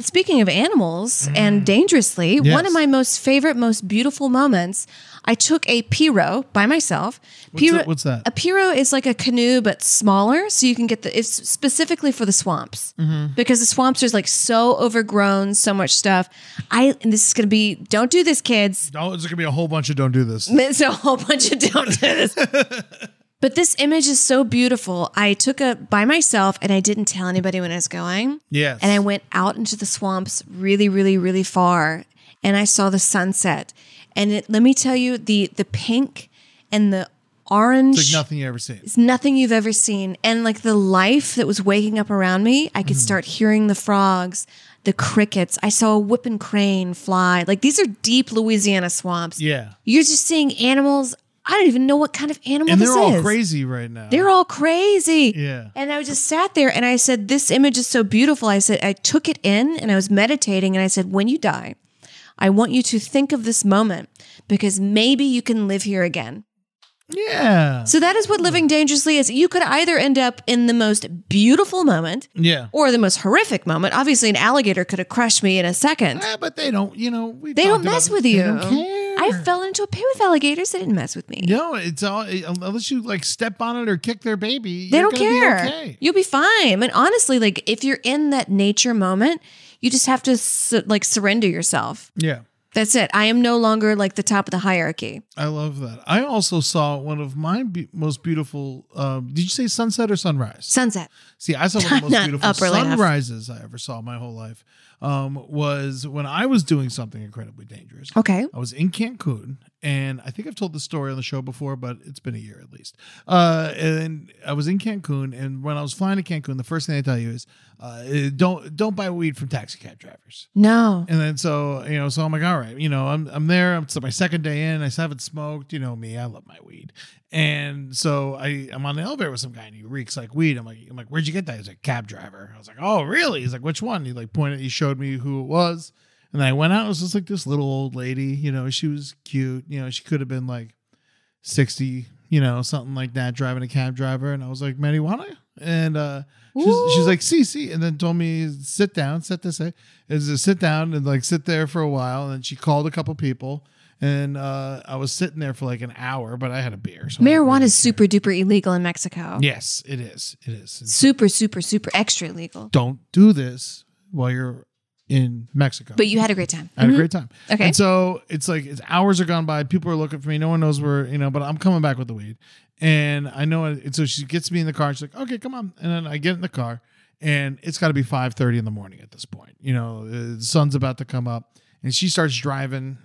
[SPEAKER 1] Speaking of animals and dangerously,
[SPEAKER 2] Mm. Yes.
[SPEAKER 1] one of my most favorite, most beautiful moments, I took a piro by myself.
[SPEAKER 2] What's that- what's that?
[SPEAKER 1] A piro is like a canoe but smaller, so you can get the. It's specifically for the swamps
[SPEAKER 2] Mm-hmm.
[SPEAKER 1] because the swamps there's like so overgrown, so much stuff. I and this is gonna be. Don't do this, kids.
[SPEAKER 2] Oh, there's gonna be a whole bunch of don't do this.
[SPEAKER 1] There's a whole bunch of don't do this. But this image is so beautiful. I took it by myself and I didn't tell anybody when I was going.
[SPEAKER 2] Yes.
[SPEAKER 1] And I went out into the swamps really, really, really far and I saw the sunset. And it, let me tell you, the the pink and the orange
[SPEAKER 2] It's like nothing you ever seen.
[SPEAKER 1] it's nothing you've ever seen. And like the life that was waking up around me, I could
[SPEAKER 2] Mm-hmm.
[SPEAKER 1] start hearing the frogs, the crickets. I saw a whipping crane fly. Like these are deep Louisiana swamps.
[SPEAKER 2] Yeah.
[SPEAKER 1] You're just seeing animals. I don't even know what kind of animal
[SPEAKER 2] And
[SPEAKER 1] this
[SPEAKER 2] they're all
[SPEAKER 1] is.
[SPEAKER 2] crazy right now.
[SPEAKER 1] They're all crazy.
[SPEAKER 2] Yeah.
[SPEAKER 1] And I just sat there and I said, This image is so beautiful. I said, I took it in and I was meditating and I said, When you die, I want you to think of this moment because maybe you can live here again.
[SPEAKER 2] yeah.
[SPEAKER 1] So that is what living dangerously is. You could either end up in the most beautiful moment
[SPEAKER 2] Yeah.
[SPEAKER 1] or the most horrific moment. Obviously, an alligator could have crushed me in a second.
[SPEAKER 2] Ah, but they don't, you know, we
[SPEAKER 1] They don't mess with you.
[SPEAKER 2] Don't care.
[SPEAKER 1] I fell into a pit with alligators. They didn't mess with me.
[SPEAKER 2] No, it's all eh, unless you like step on it or kick their baby.
[SPEAKER 1] They
[SPEAKER 2] you're
[SPEAKER 1] don't
[SPEAKER 2] gonna be
[SPEAKER 1] care.
[SPEAKER 2] okay.
[SPEAKER 1] You'll be fine. And honestly, like if you're in that nature moment, you just have to su- like surrender yourself.
[SPEAKER 2] Yeah,
[SPEAKER 1] That's it. I am no longer like the top of the hierarchy.
[SPEAKER 2] I love that. I also saw one of my be- most beautiful. Um, did you say sunset or sunrise?
[SPEAKER 1] Sunset.
[SPEAKER 2] See, I saw one of the most
[SPEAKER 1] Not
[SPEAKER 2] beautiful
[SPEAKER 1] up early enough.
[SPEAKER 2] sunrises I ever saw in my whole life. Um, was when I was doing something incredibly dangerous.
[SPEAKER 1] Okay.
[SPEAKER 2] I was in Cancun, and I think I've told this story on the show before, but it's been a year at least. Uh, and I was in Cancun, and when I was flying to Cancun, the first thing they tell you is, uh, "Don't don't buy weed from taxi cab drivers."
[SPEAKER 1] No.
[SPEAKER 2] And then so you know, so I'm like, all right, you know, I'm I'm there. I'm it's my second day in. I still haven't smoked. You know me, I love my weed. And so I I'm on the elevator with some guy and he reeks like weed. I'm like I'm like, where'd you get that? He's like cab driver. I was like, oh really? He's like, which one? He like pointed. He showed me who it was. And then I went out. It was just like this little old lady. You know, she was cute. You know, she could have been like sixty. You know, something like that, driving a cab driver. And I was like, marijuana. And uh, she's, she's like, see, see, and then told me sit down, sit this way is to sit down and like sit there for a while. And then she called a couple people, and uh, I was sitting there for like an hour, but I had a beer. So I didn't
[SPEAKER 1] Marijuana
[SPEAKER 2] really
[SPEAKER 1] is super duper illegal in Mexico.
[SPEAKER 2] care. Yes, it is. It is. And
[SPEAKER 1] Super, super, super extra illegal.
[SPEAKER 2] don't do this while you're in Mexico.
[SPEAKER 1] But you had a great time. Mm-hmm.
[SPEAKER 2] I had a great time.
[SPEAKER 1] Okay.
[SPEAKER 2] And so it's like it's hours are gone by. People are looking for me. No one knows where you know. But I'm coming back with the weed, and I know it. And so she gets me in the car. She's like, "Okay, come on." And then I get in the car, and it's got to be five thirty in the morning at this point. You know, uh, the sun's about to come up, and she starts driving.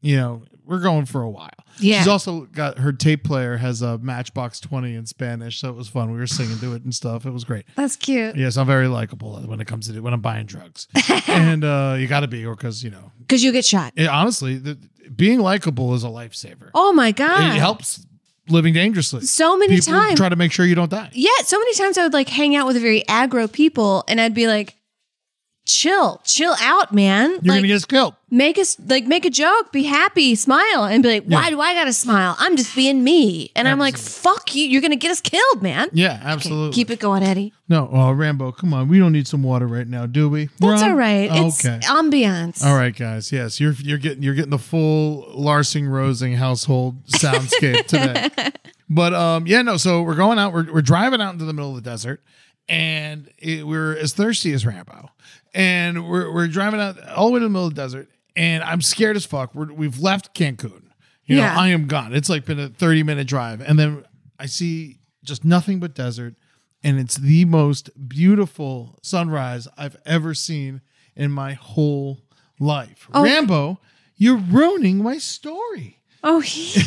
[SPEAKER 2] You know, we're going for a while.
[SPEAKER 1] Yeah.
[SPEAKER 2] She's also got her tape player has a Matchbox Twenty in Spanish, so it was fun. We were singing to it and stuff. It was great.
[SPEAKER 1] That's cute.
[SPEAKER 2] Yes, I'm very likable when it comes to when I'm buying drugs, and uh, you got to be, or because you know
[SPEAKER 1] Because you get shot.
[SPEAKER 2] it, honestly, the, being likable is a lifesaver.
[SPEAKER 1] Oh my
[SPEAKER 2] it
[SPEAKER 1] God.
[SPEAKER 2] helps living dangerously.
[SPEAKER 1] So many
[SPEAKER 2] People
[SPEAKER 1] times.
[SPEAKER 2] try to make sure you don't die.
[SPEAKER 1] Yeah, so many times I would like hang out with very aggro people and I'd be like, chill, chill out, man.
[SPEAKER 2] You're
[SPEAKER 1] like
[SPEAKER 2] gonna get killed.
[SPEAKER 1] make us like make a joke, be happy, smile, and be like, why do I gotta smile? I'm just being me. And I'm like, fuck you, you're gonna get us killed, man.
[SPEAKER 2] Yeah,
[SPEAKER 1] Okay,
[SPEAKER 2] absolutely.
[SPEAKER 1] keep it going, Eddie.
[SPEAKER 2] No, oh Rambo, come on. We don't need some water right now, do we? We're
[SPEAKER 1] That's
[SPEAKER 2] on-
[SPEAKER 1] all right. It's
[SPEAKER 2] Okay.
[SPEAKER 1] ambiance.
[SPEAKER 2] all right, guys. Yes, you're you're getting you're getting the full Larsing Rosing household soundscape today. But um, yeah, no. So we're going out. We're, we're driving out into the middle of the desert, and it, we're as thirsty as Rambo, and we're we're driving out all the way to the middle of the desert, and I'm scared as fuck. We're, we've left Cancun. You know,
[SPEAKER 1] Yeah.
[SPEAKER 2] I am gone. It's like been a 30 minute drive, and then I see just nothing but desert, and it's the most beautiful sunrise I've ever seen in my whole life. Rambo, you're ruining my story.
[SPEAKER 1] Oh he-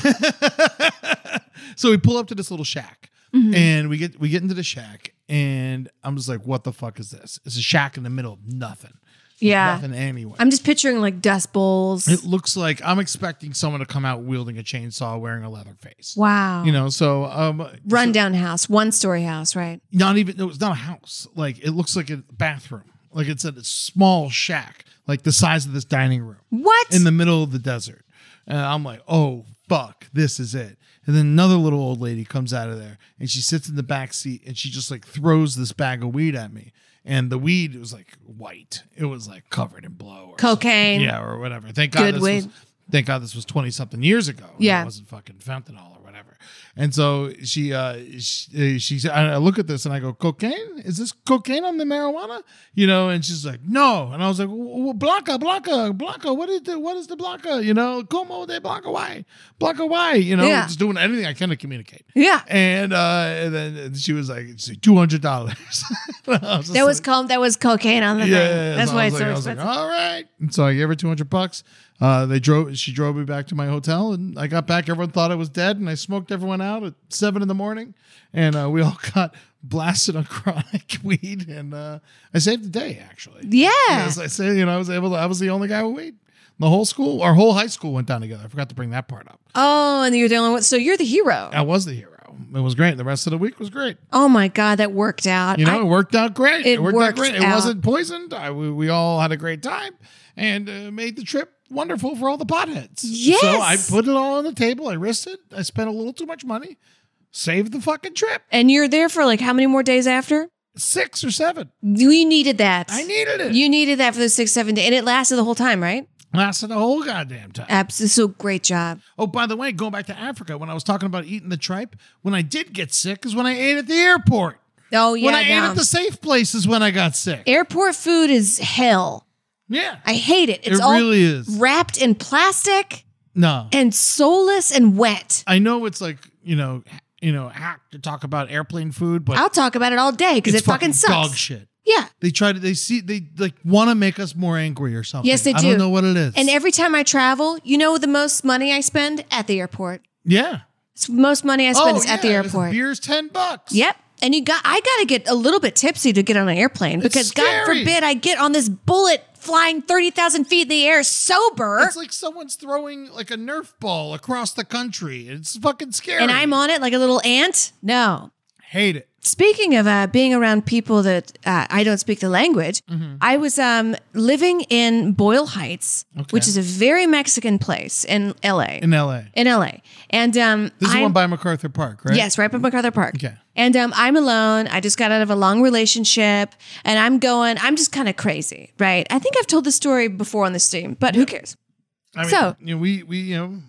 [SPEAKER 2] So we pull up to this little shack,
[SPEAKER 1] Mm-hmm.
[SPEAKER 2] and we get we get into the shack, and I'm just like, "What the fuck is this? It's a shack in the middle of nothing.
[SPEAKER 1] Yeah.
[SPEAKER 2] nothing anyway."
[SPEAKER 1] I'm just picturing like dust bowls.
[SPEAKER 2] it looks like I'm expecting someone to come out wielding a chainsaw, wearing a leather face.
[SPEAKER 1] wow.
[SPEAKER 2] You know, so um,
[SPEAKER 1] Rundown house, one story house, right?
[SPEAKER 2] not even no, it's not a house. Like it looks like a bathroom. Like it's a small shack, like the size of this dining room.
[SPEAKER 1] What?
[SPEAKER 2] in the middle of the desert. And I'm like, oh fuck, this is it. And then another little old lady comes out of there and she sits in the back seat and she just like throws this bag of weed at me. And the weed was like white. It was like covered in blow or
[SPEAKER 1] Cocaine.
[SPEAKER 2] yeah, or whatever. Thank
[SPEAKER 1] Good
[SPEAKER 2] God this
[SPEAKER 1] weed.
[SPEAKER 2] was thank God this was twenty something years ago.
[SPEAKER 1] Yeah.
[SPEAKER 2] it wasn't fucking fentanyl or whatever. And so she, uh, she, uh, she said, I I look at this and I go, cocaine? Is this cocaine on the marijuana? You know, and she's like, no. And I was like, "W- w- blanca, blanca, blanca. What is the, what is the blanca? You know, como de blanca why, blanca why? You know,
[SPEAKER 1] Yeah.
[SPEAKER 2] just doing anything I can to communicate.
[SPEAKER 1] Yeah.
[SPEAKER 2] And, uh, and then and she was like, it's two hundred dollars.
[SPEAKER 1] That was com- that was cocaine on the
[SPEAKER 2] Yeah,
[SPEAKER 1] thing.
[SPEAKER 2] yeah, yeah.
[SPEAKER 1] That's
[SPEAKER 2] So I
[SPEAKER 1] why it's
[SPEAKER 2] was
[SPEAKER 1] so
[SPEAKER 2] like- "Oh."
[SPEAKER 1] expensive.
[SPEAKER 2] I was Like, All right. And so I gave her 200 bucks. Uh, they drove. She drove me back to my hotel, and I got back. Everyone thought I was dead, and I smoked everyone out at seven in the morning, and uh, we all got blasted on chronic weed. And uh, I saved the day, actually.
[SPEAKER 1] Yeah.
[SPEAKER 2] As I say, you know, I was able. To, I was the only guy with weed. The whole school, our whole high school, went down together. I forgot to bring that part up.
[SPEAKER 1] Oh, and you're the only one. So you're the hero.
[SPEAKER 2] I was the hero. It was great. The rest of the week was great.
[SPEAKER 1] Oh my God, that worked out.
[SPEAKER 2] You know,
[SPEAKER 1] I-
[SPEAKER 2] it worked out great.
[SPEAKER 1] It
[SPEAKER 2] worked
[SPEAKER 1] worked
[SPEAKER 2] great. It
[SPEAKER 1] out.
[SPEAKER 2] wasn't poisoned. I, we, we all had a great time and uh, made the trip wonderful for all the potheads.
[SPEAKER 1] Yes.
[SPEAKER 2] So I put it all on the table. I risked it. I spent a little too much money. Saved the fucking trip.
[SPEAKER 1] and you're there for like how many more days after?
[SPEAKER 2] Six or seven.
[SPEAKER 1] We needed that.
[SPEAKER 2] I needed it.
[SPEAKER 1] You needed that for the six, seven days. And it lasted the whole time, right?
[SPEAKER 2] Lasted the whole goddamn time.
[SPEAKER 1] Absolutely. So great job.
[SPEAKER 2] Oh, by the way, going back to Africa, when I was talking about eating the tripe, when I did get sick is when I ate at the airport.
[SPEAKER 1] Oh, yeah.
[SPEAKER 2] when I ate
[SPEAKER 1] no.
[SPEAKER 2] at the safe place is when I got sick.
[SPEAKER 1] Airport food is hell.
[SPEAKER 2] yeah.
[SPEAKER 1] I hate it. It's
[SPEAKER 2] It
[SPEAKER 1] all
[SPEAKER 2] really is.
[SPEAKER 1] wrapped in plastic
[SPEAKER 2] no.
[SPEAKER 1] and soulless and wet.
[SPEAKER 2] I know it's like you know, you know, hack to talk about airplane food, but
[SPEAKER 1] I'll talk about it all day because it
[SPEAKER 2] it's
[SPEAKER 1] fucking, sucks.
[SPEAKER 2] dog shit.
[SPEAKER 1] Yeah.
[SPEAKER 2] They try to, they see, they like want to make us more angry or something.
[SPEAKER 1] Yes, they
[SPEAKER 2] I
[SPEAKER 1] do.
[SPEAKER 2] don't know what it is.
[SPEAKER 1] And every time I travel, you know the most money I spend at the airport.
[SPEAKER 2] yeah, Oh,
[SPEAKER 1] It's most money I spend is at the
[SPEAKER 2] yeah, it's-
[SPEAKER 1] airport.
[SPEAKER 2] beer's ten bucks.
[SPEAKER 1] Yep. And you got I got to get a little bit tipsy to get on an airplane because God
[SPEAKER 2] scary.
[SPEAKER 1] forbid I get on this bullet flying 30,000 feet in the air sober
[SPEAKER 2] It's like someone's throwing like a Nerf ball across the country. It's fucking scary.
[SPEAKER 1] and I'm on it like a little ant. No.
[SPEAKER 2] hate it.
[SPEAKER 1] Speaking of uh, being around people that uh, I don't speak the language,
[SPEAKER 2] Mm-hmm.
[SPEAKER 1] I was um, living in Boyle Heights, which is a very Mexican place in LA.
[SPEAKER 2] In L.A.,
[SPEAKER 1] in LA. And um,
[SPEAKER 2] this is
[SPEAKER 1] I'm-
[SPEAKER 2] one by MacArthur Park, right?
[SPEAKER 1] Yes, right by MacArthur Park.
[SPEAKER 2] Okay.
[SPEAKER 1] And um, I'm alone. I just got out of a long relationship and I'm going, I'm just kind of crazy, right? I think I've told this story before on the stream, but who cares?
[SPEAKER 2] I mean,
[SPEAKER 1] So-
[SPEAKER 2] you know, we we you know,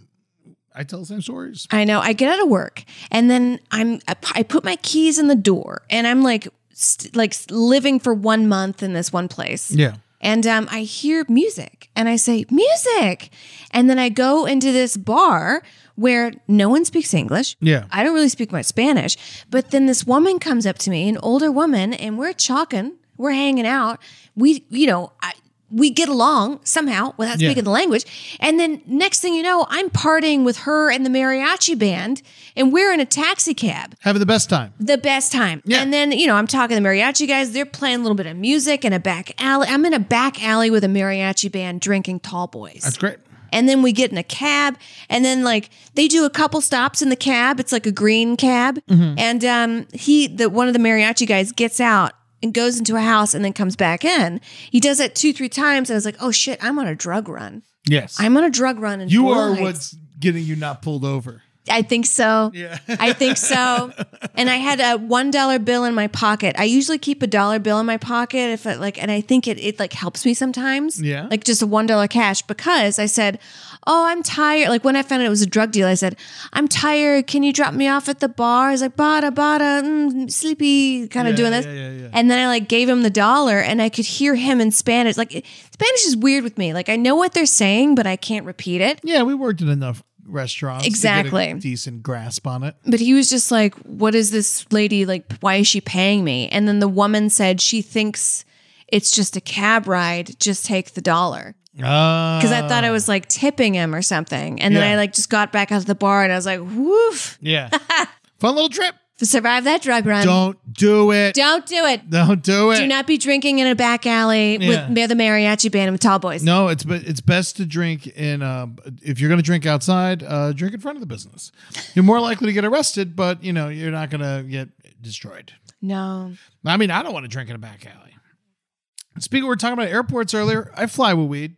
[SPEAKER 2] I tell the same stories.
[SPEAKER 1] I know. I get out of work and then I'm I put my keys in the door and I'm like st- like living for one month in this one place.
[SPEAKER 2] Yeah,
[SPEAKER 1] And um, I hear music and I say, music. And then I go into this bar where no one speaks English.
[SPEAKER 2] Yeah.
[SPEAKER 1] I don't really speak much Spanish. But then this woman comes up to me, an older woman, and we're chalking, we're hanging out. We, you know, I, we get along somehow without
[SPEAKER 2] Yeah.
[SPEAKER 1] speaking the language. And then next thing you know, I'm partying with her and the mariachi band, and we're in a taxi cab
[SPEAKER 2] having the best time.
[SPEAKER 1] the best time.
[SPEAKER 2] Yeah.
[SPEAKER 1] And then, you know, I'm talking to the mariachi guys. They're playing a little bit of music in a back alley. I'm in a back alley with a mariachi band drinking tall boys.
[SPEAKER 2] That's great.
[SPEAKER 1] And then we get in a cab, and then like they do a couple stops in the cab. It's like a green cab,
[SPEAKER 2] Mm-hmm.
[SPEAKER 1] and um, he, the one of the mariachi guys, gets out and goes into a house, and then comes back in. He does that two, three times, and I was like, "Oh shit, I'm on a drug run.
[SPEAKER 2] Yes,
[SPEAKER 1] I'm on a drug run." And
[SPEAKER 2] You are what's getting you not pulled over.
[SPEAKER 1] I think so.
[SPEAKER 2] Yeah.
[SPEAKER 1] I think so. And I had a one dollar bill in my pocket. I usually keep a dollar bill in my pocket if it like, and I think it it like helps me sometimes.
[SPEAKER 2] Yeah.
[SPEAKER 1] like just a one dollar cash because I said, "Oh, I'm tired." Like when I found out it was a drug deal, I said, "I'm tired. Can you drop me off at the bar?" He's like, "Bada bada, mm, sleepy," kind of doing this.
[SPEAKER 2] yeah, yeah, yeah.
[SPEAKER 1] And then I like gave him the dollar, and I could hear him in Spanish. Like it- Spanish is weird with me. Like I know what they're saying, but I can't repeat it.
[SPEAKER 2] Yeah, we worked in enough restaurants. to get a
[SPEAKER 1] Exactly.
[SPEAKER 2] decent grasp on it.
[SPEAKER 1] but he was just like, "What is this lady like? Why is she paying me?" And then the woman said, "She thinks it's just a cab ride. Just take the dollar." Because
[SPEAKER 2] Because
[SPEAKER 1] I thought I was like tipping him or something, and then
[SPEAKER 2] Ah. Yeah.
[SPEAKER 1] I like just got back out to the bar and I was like, "Woof!
[SPEAKER 2] Yeah. Fun little trip.
[SPEAKER 1] Survive that drug run.
[SPEAKER 2] Don't do it.
[SPEAKER 1] Um, Don't do it.
[SPEAKER 2] Don't do it.
[SPEAKER 1] Do not be drinking in a back alley
[SPEAKER 2] Yeah.
[SPEAKER 1] with near the mariachi band with tall boys.
[SPEAKER 2] No, it's be- it's best to drink in. Uh, if you're going to drink outside, uh, drink in front of the business. You're more likely to get arrested, but you know you're not going to get destroyed.
[SPEAKER 1] no.
[SPEAKER 2] I mean, I don't want to drink in a back alley. Speaking, of- we were talking about airports earlier. I fly with weed.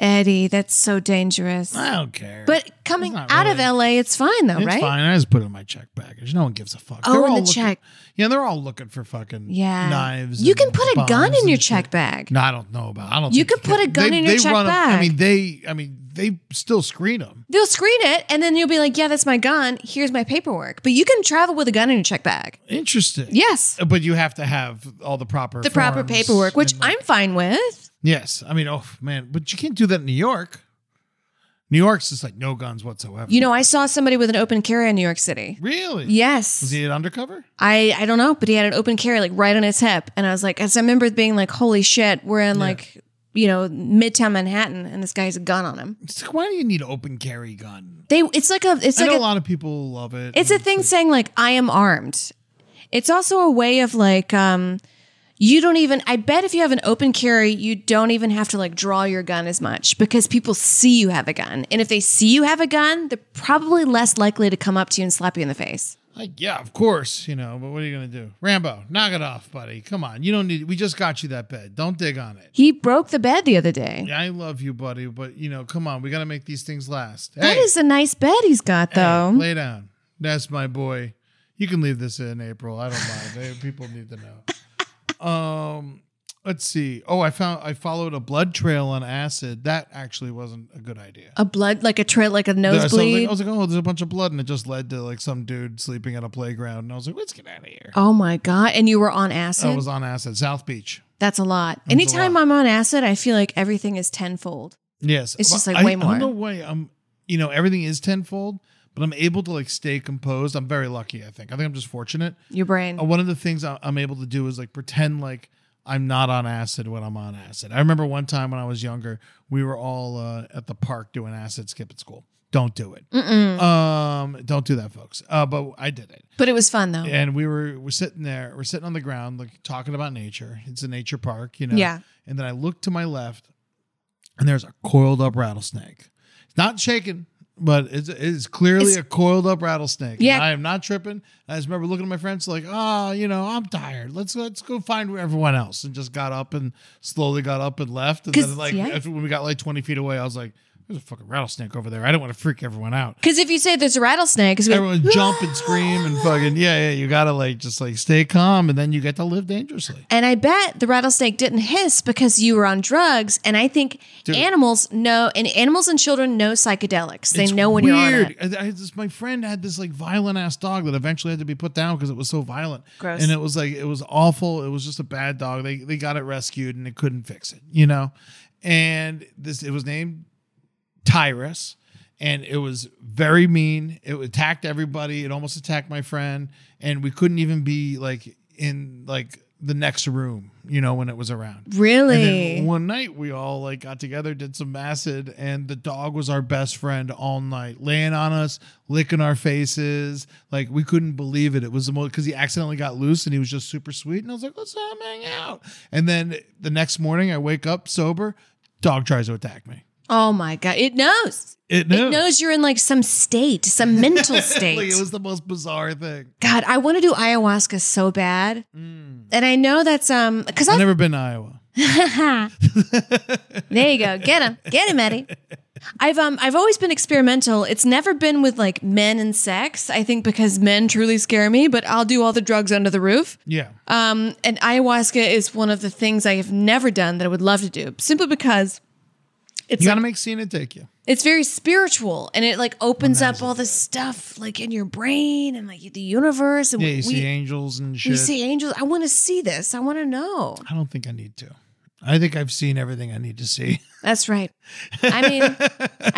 [SPEAKER 1] Eddie, that's so dangerous.
[SPEAKER 2] I don't care.
[SPEAKER 1] But coming
[SPEAKER 2] not
[SPEAKER 1] out of
[SPEAKER 2] really-
[SPEAKER 1] LA, it's fine though,
[SPEAKER 2] It's
[SPEAKER 1] right?
[SPEAKER 2] fine. I just put it in my check baggage. No one gives a fuck.
[SPEAKER 1] Oh, in the
[SPEAKER 2] looking-
[SPEAKER 1] check.
[SPEAKER 2] Yeah, they're all looking for fucking
[SPEAKER 1] Yeah.
[SPEAKER 2] knives.
[SPEAKER 1] You can
[SPEAKER 2] and
[SPEAKER 1] put a
[SPEAKER 2] bombs
[SPEAKER 1] gun in
[SPEAKER 2] and
[SPEAKER 1] your
[SPEAKER 2] shit.
[SPEAKER 1] check bag.
[SPEAKER 2] No, I don't know about. I don't.
[SPEAKER 1] You
[SPEAKER 2] think
[SPEAKER 1] could put a gun
[SPEAKER 2] they,
[SPEAKER 1] in your
[SPEAKER 2] they
[SPEAKER 1] check
[SPEAKER 2] run 'em-
[SPEAKER 1] bag.
[SPEAKER 2] I mean, they. I mean, they still screen them.
[SPEAKER 1] They'll screen it and then you'll be like, yeah, that's my gun. Here's my paperwork. But you can travel with a gun in your check bag.
[SPEAKER 2] Interesting. Uh,
[SPEAKER 1] Yes.
[SPEAKER 2] But you have to have all the proper
[SPEAKER 1] The proper
[SPEAKER 2] forms
[SPEAKER 1] paperwork, which
[SPEAKER 2] and, like-
[SPEAKER 1] I'm fine with.
[SPEAKER 2] yes. I mean, oh man, but you can't do that in New York. New York's just like no guns whatsoever.
[SPEAKER 1] You know, I saw somebody with an open carry in New York City.
[SPEAKER 2] really?
[SPEAKER 1] Yes.
[SPEAKER 2] Is he an undercover?
[SPEAKER 1] I, I don't know, but he had an open carry like right on his hip. And I was like, as I remember being like, holy shit, we're in like, you know, Midtown Manhattan, and this guy has a gun on him.
[SPEAKER 2] It's like, why do you need open carry gun?
[SPEAKER 1] They, it's like a, it's
[SPEAKER 2] I
[SPEAKER 1] like
[SPEAKER 2] know
[SPEAKER 1] a,
[SPEAKER 2] a lot of people love it.
[SPEAKER 1] it's a thing saying like I am armed. It's also a way of like, um, you don't even. I bet if you have an open carry, you don't even have to like draw your gun as much because people see you have a gun, and if they see you have a gun, they're probably less likely to come up to you and slap you in the face.
[SPEAKER 2] Like, yeah, of course, you know, but what are you going to do? Rambo, knock it off, buddy. Come on. You don't need, we just got you that bed. Don't dig on it.
[SPEAKER 1] He broke the bed the other day.
[SPEAKER 2] Yeah, I love you, buddy, but, you know, come on. We got to make these things last.
[SPEAKER 1] That is a nice bed he's got though.
[SPEAKER 2] Lay down. That's my boy. You can leave this in April. I don't mind. They- people need to know. Um, let's see. Oh, I found, I followed a blood trail on acid. That actually wasn't a good idea.
[SPEAKER 1] a blood like a trail like a
[SPEAKER 2] I was, like,
[SPEAKER 1] nosebleed.
[SPEAKER 2] I was like, oh, there's a bunch of blood, and it just led to like some dude sleeping at a playground. And I was like, let's get out of here.
[SPEAKER 1] Oh my god! And you were on acid.
[SPEAKER 2] I was on acid, South Beach.
[SPEAKER 1] That's a lot.
[SPEAKER 2] That's a
[SPEAKER 1] Anytime
[SPEAKER 2] lot.
[SPEAKER 1] I'm on acid, I feel like everything is tenfold.
[SPEAKER 2] Yes,
[SPEAKER 1] It's just,
[SPEAKER 2] But
[SPEAKER 1] like, way
[SPEAKER 2] I,
[SPEAKER 1] more.
[SPEAKER 2] I don't know why I'm. You know, everything is tenfold, but I'm able to like stay composed. I'm very lucky. I think. I think I'm just fortunate.
[SPEAKER 1] Your brain.
[SPEAKER 2] Uh, One of the things I- I'm able to do is like pretend like I'm not on acid when I'm on acid. I remember one time when I was younger, we were all uh, at the park doing acid skip at school. Don't do it. Um, don't do that, folks. Uh, but I did it.
[SPEAKER 1] But it was fun though.
[SPEAKER 2] and we were we're sitting there we're sitting on the ground like talking about nature it's a nature park you know
[SPEAKER 1] Yeah.
[SPEAKER 2] and then i look to my left and there's a coiled up rattlesnake it's not shaking but it's, it's clearly
[SPEAKER 1] It's-
[SPEAKER 2] a coiled up rattlesnake.
[SPEAKER 1] Yeah.
[SPEAKER 2] And I am not tripping. I just remember looking at my friends like, oh, you know, I'm tired. Let's let's go find everyone else. And just got up and slowly got up and left. And
[SPEAKER 1] 'Cause-
[SPEAKER 2] then like
[SPEAKER 1] yeah.
[SPEAKER 2] after when we got like 20 feet away, I was like, there's a fucking rattlesnake over there. I don't want to freak everyone out.
[SPEAKER 1] Because if you say there's a rattlesnake, it's gonna-
[SPEAKER 2] Everyone jump and scream and fucking yeah, yeah. You gotta like just like stay calm, and then you get to live dangerously.
[SPEAKER 1] and I bet the rattlesnake didn't hiss because you were on drugs. And I think
[SPEAKER 2] Dude.
[SPEAKER 1] animals know, and animals and children know psychedelics. They
[SPEAKER 2] It's
[SPEAKER 1] know when you're on
[SPEAKER 2] weird.
[SPEAKER 1] it.
[SPEAKER 2] I, I- this, my friend had this like violent ass dog that eventually had to be put down because it was so violent.
[SPEAKER 1] Gross.
[SPEAKER 2] And it was like it was awful. It was just a bad dog. They they got it rescued and they couldn't fix it, you know. And this it was named Tyrus, and it was very mean. It attacked everybody. It almost attacked my friend, and we couldn't even be like in like the next room, you know, when it was around. And
[SPEAKER 1] Really?
[SPEAKER 2] then one night we all like got together, did some acid, and the dog was our best friend all night, laying on us, licking our faces. Like we couldn't believe it. It was the most because he accidentally got loose and he was just super sweet. And I was like, let's have him hang out. And then the next morning I wake up sober, dog tries to attack me.
[SPEAKER 1] oh my god! It knows.
[SPEAKER 2] It
[SPEAKER 1] It knows you're in like some state, some mental state.
[SPEAKER 2] like it was the most bizarre thing.
[SPEAKER 1] God, I want to do ayahuasca so bad,
[SPEAKER 2] Mm.
[SPEAKER 1] and I know that's um because I
[SPEAKER 2] I've never been to Iowa.
[SPEAKER 1] There you go. Get him. Get him, Eddie. I've um I've always been experimental. It's never been with like men and sex. I think because men truly scare me, but I'll do all the drugs under the roof.
[SPEAKER 2] Yeah.
[SPEAKER 1] Um and ayahuasca is one of the things I have never done that I would love to do simply because it's
[SPEAKER 2] you gotta
[SPEAKER 1] like-
[SPEAKER 2] make Cena take you.
[SPEAKER 1] it's very spiritual and it like opens up all this stuff like in your brain and like the universe and
[SPEAKER 2] Yeah,
[SPEAKER 1] we,
[SPEAKER 2] you see
[SPEAKER 1] we,
[SPEAKER 2] angels and shit.
[SPEAKER 1] we see angels. I want to see this. I want to know.
[SPEAKER 2] I don't think I need to. I think I've seen everything I need to see.
[SPEAKER 1] That's right. I mean,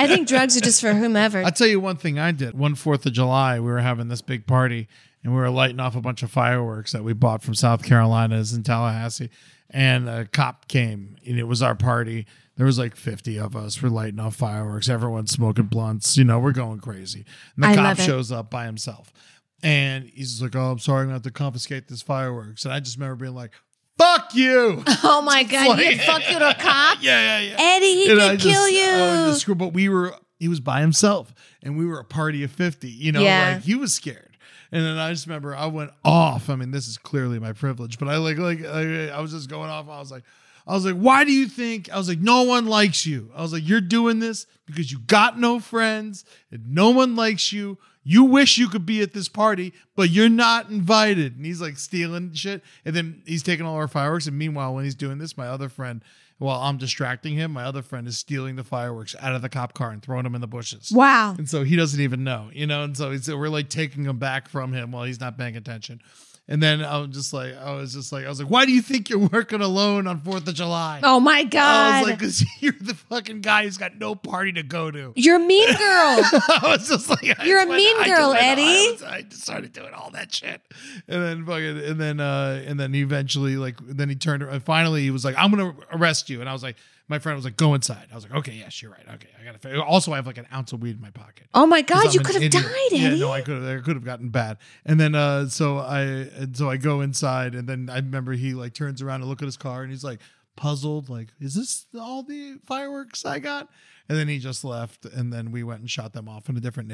[SPEAKER 1] I think drugs are just for whomever.
[SPEAKER 2] I'll tell you one thing I did. One Fourth of July, we were having this big party and we were lighting off a bunch of fireworks that we bought from South Carolina's in Tallahassee. And a cop came and it was our party. There was like 50 of us. We're lighting off fireworks. Everyone's smoking blunts. You know, we're going crazy. And the
[SPEAKER 1] I
[SPEAKER 2] cop
[SPEAKER 1] love it.
[SPEAKER 2] shows up by himself. And he's just like, Oh, I'm sorry, I'm gonna have to confiscate this fireworks. And I just remember being like, Fuck you.
[SPEAKER 1] Oh my god, you
[SPEAKER 2] Like-
[SPEAKER 1] did fuck you to a cop?
[SPEAKER 2] yeah, yeah, yeah.
[SPEAKER 1] Eddie, he
[SPEAKER 2] And
[SPEAKER 1] could
[SPEAKER 2] I just-
[SPEAKER 1] kill you.
[SPEAKER 2] I was just screwed, but we were he was by himself and we were a party of 50. You know,
[SPEAKER 1] Yeah.
[SPEAKER 2] like he was scared. And then I just remember I went off. I mean, this is clearly my privilege, but I like like I, I was just going off. I was like, I was like, why do you think? I was like, no one likes you. I was like, you're doing this because you got no friends and no one likes you. You wish you could be at this party, but you're not invited. And he's like stealing shit. And then he's taking all our fireworks. And meanwhile, when he's doing this, my other friend, while I'm distracting him, my other friend is stealing the fireworks out of the cop car and throwing them in the bushes.
[SPEAKER 1] wow.
[SPEAKER 2] And so he doesn't even know, you know. And so, he's, so we're like taking him back from him while he's not paying attention. And then I'm just like, I was just like, I was like, why do you think you're working alone on Fourth of July?
[SPEAKER 1] Oh my
[SPEAKER 2] I
[SPEAKER 1] god.
[SPEAKER 2] was like, because you're the fucking guy who's got no party to go to.
[SPEAKER 1] You're a mean girl.
[SPEAKER 2] I was just like, I
[SPEAKER 1] You're a
[SPEAKER 2] just went-
[SPEAKER 1] mean
[SPEAKER 2] I just
[SPEAKER 1] girl,
[SPEAKER 2] went- I
[SPEAKER 1] Eddie.
[SPEAKER 2] was- I just started doing all that shit, and then fucking, and then, uh, and then he eventually, like, then he turned. around- Finally, he was like, "I'm gonna arrest you," and I was like, My friend was like, "Go inside." I was like, "Okay, yes, you're right. Okay, I gotta." Fi-. Also, I have like an ounce of weed in my pocket.
[SPEAKER 1] Oh my God,
[SPEAKER 2] 'Cause
[SPEAKER 1] you
[SPEAKER 2] I'm
[SPEAKER 1] could
[SPEAKER 2] an
[SPEAKER 1] have died,
[SPEAKER 2] idiot.
[SPEAKER 1] Eddie.
[SPEAKER 2] Yeah, no, I could have. I could have gotten bad. And then, uh, so I, and so I go inside, and then I remember he like turns around to look at his car, and he's like puzzled, like, "Is this all the fireworks I got?" And then he just left, and then we went and shot them off in a different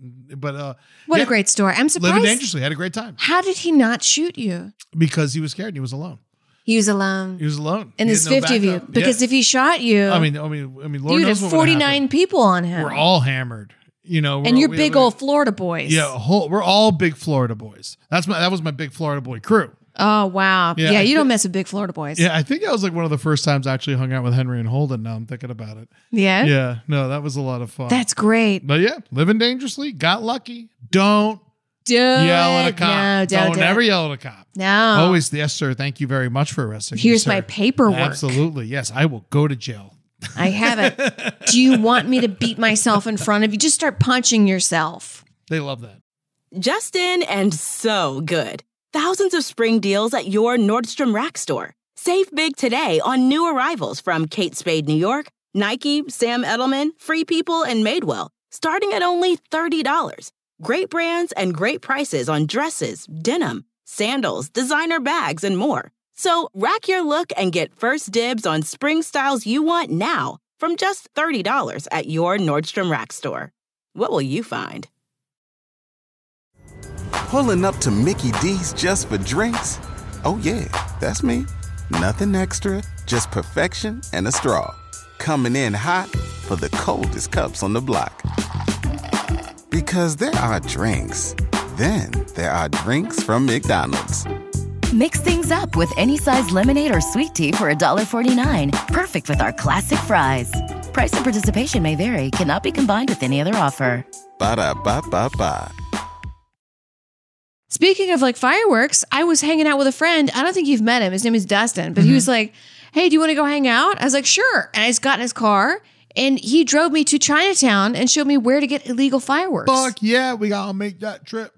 [SPEAKER 2] neighborhood. But uh,
[SPEAKER 1] what
[SPEAKER 2] yeah,
[SPEAKER 1] a great story. I'm
[SPEAKER 2] living
[SPEAKER 1] surprised.
[SPEAKER 2] dangerously. Had a great time
[SPEAKER 1] How did he not shoot you?
[SPEAKER 2] because he was scared. and He was alone.
[SPEAKER 1] He was alone.
[SPEAKER 2] He was alone.
[SPEAKER 1] and
[SPEAKER 2] He
[SPEAKER 1] there's
[SPEAKER 2] had no
[SPEAKER 1] 50 of you.
[SPEAKER 2] backup.
[SPEAKER 1] Because
[SPEAKER 2] Yeah.
[SPEAKER 1] if he shot you,
[SPEAKER 2] I mean, I mean, I mean, Lord
[SPEAKER 1] you'd have
[SPEAKER 2] knows what would happen.
[SPEAKER 1] 49 people on him.
[SPEAKER 2] We're all hammered, you know.
[SPEAKER 1] and
[SPEAKER 2] we're-
[SPEAKER 1] you're
[SPEAKER 2] we-
[SPEAKER 1] big
[SPEAKER 2] we-
[SPEAKER 1] old Florida boys.
[SPEAKER 2] Yeah, whole, we're all big Florida boys. That's my that was my big Florida boy crew.
[SPEAKER 1] Oh, wow.
[SPEAKER 2] Yeah,
[SPEAKER 1] Yeah,
[SPEAKER 2] I
[SPEAKER 1] you
[SPEAKER 2] thi-
[SPEAKER 1] don't mess with big Florida boys.
[SPEAKER 2] Yeah, I think that was like one of the first times I actually hung out with Henry and Holden. Now I'm thinking about it.
[SPEAKER 1] Yeah?
[SPEAKER 2] Yeah, no, that was a lot of fun.
[SPEAKER 1] That's great.
[SPEAKER 2] but yeah, living dangerously, got lucky. Don't
[SPEAKER 1] Do
[SPEAKER 2] yell at a
[SPEAKER 1] it.
[SPEAKER 2] cop.
[SPEAKER 1] No, don't, do it.
[SPEAKER 2] ever yell at a cop.
[SPEAKER 1] No.
[SPEAKER 2] Always, yes, sir. Thank you very much for arresting. me,
[SPEAKER 1] Here's
[SPEAKER 2] sir."
[SPEAKER 1] my paperwork.
[SPEAKER 2] Absolutely, yes. I will go to jail.
[SPEAKER 1] I have it. Do you want me to beat myself in front of you? Just start punching yourself.
[SPEAKER 2] They love that.
[SPEAKER 5] Justin and so good. Thousands of spring deals at your Nordstrom Rack store. Save big today on new arrivals from Kate Spade, New York, Nike, Sam Edelman, Free People, and Madewell, starting at only $30. Great brands and great prices on dresses, denim, sandals, designer bags, and more. So rack your look and get first dibs on spring styles you want now from just $30 at your Nordstrom Rack store. What will you find?
[SPEAKER 6] Pulling up to Mickey D's just for drinks? Oh, yeah, that's me. Nothing extra, just perfection and a straw. Coming in hot for the coldest cups on the block. Because there are drinks, then there are drinks from McDonald's.
[SPEAKER 7] Mix things up with any size lemonade or sweet tea for $1.49. Perfect with our classic fries. Price and participation may vary, cannot be combined with any other offer.
[SPEAKER 6] Ba da ba ba ba.
[SPEAKER 1] Speaking of like fireworks, I was hanging out with a friend. I don't think you've met him. His name is Dustin, but he was like, Hey, do you want to go hang out? I was like, Sure. And I just got in his car and he drove me to Chinatown and showed me where to get illegal fireworks.
[SPEAKER 2] Fuck yeah, we gotta make that trip.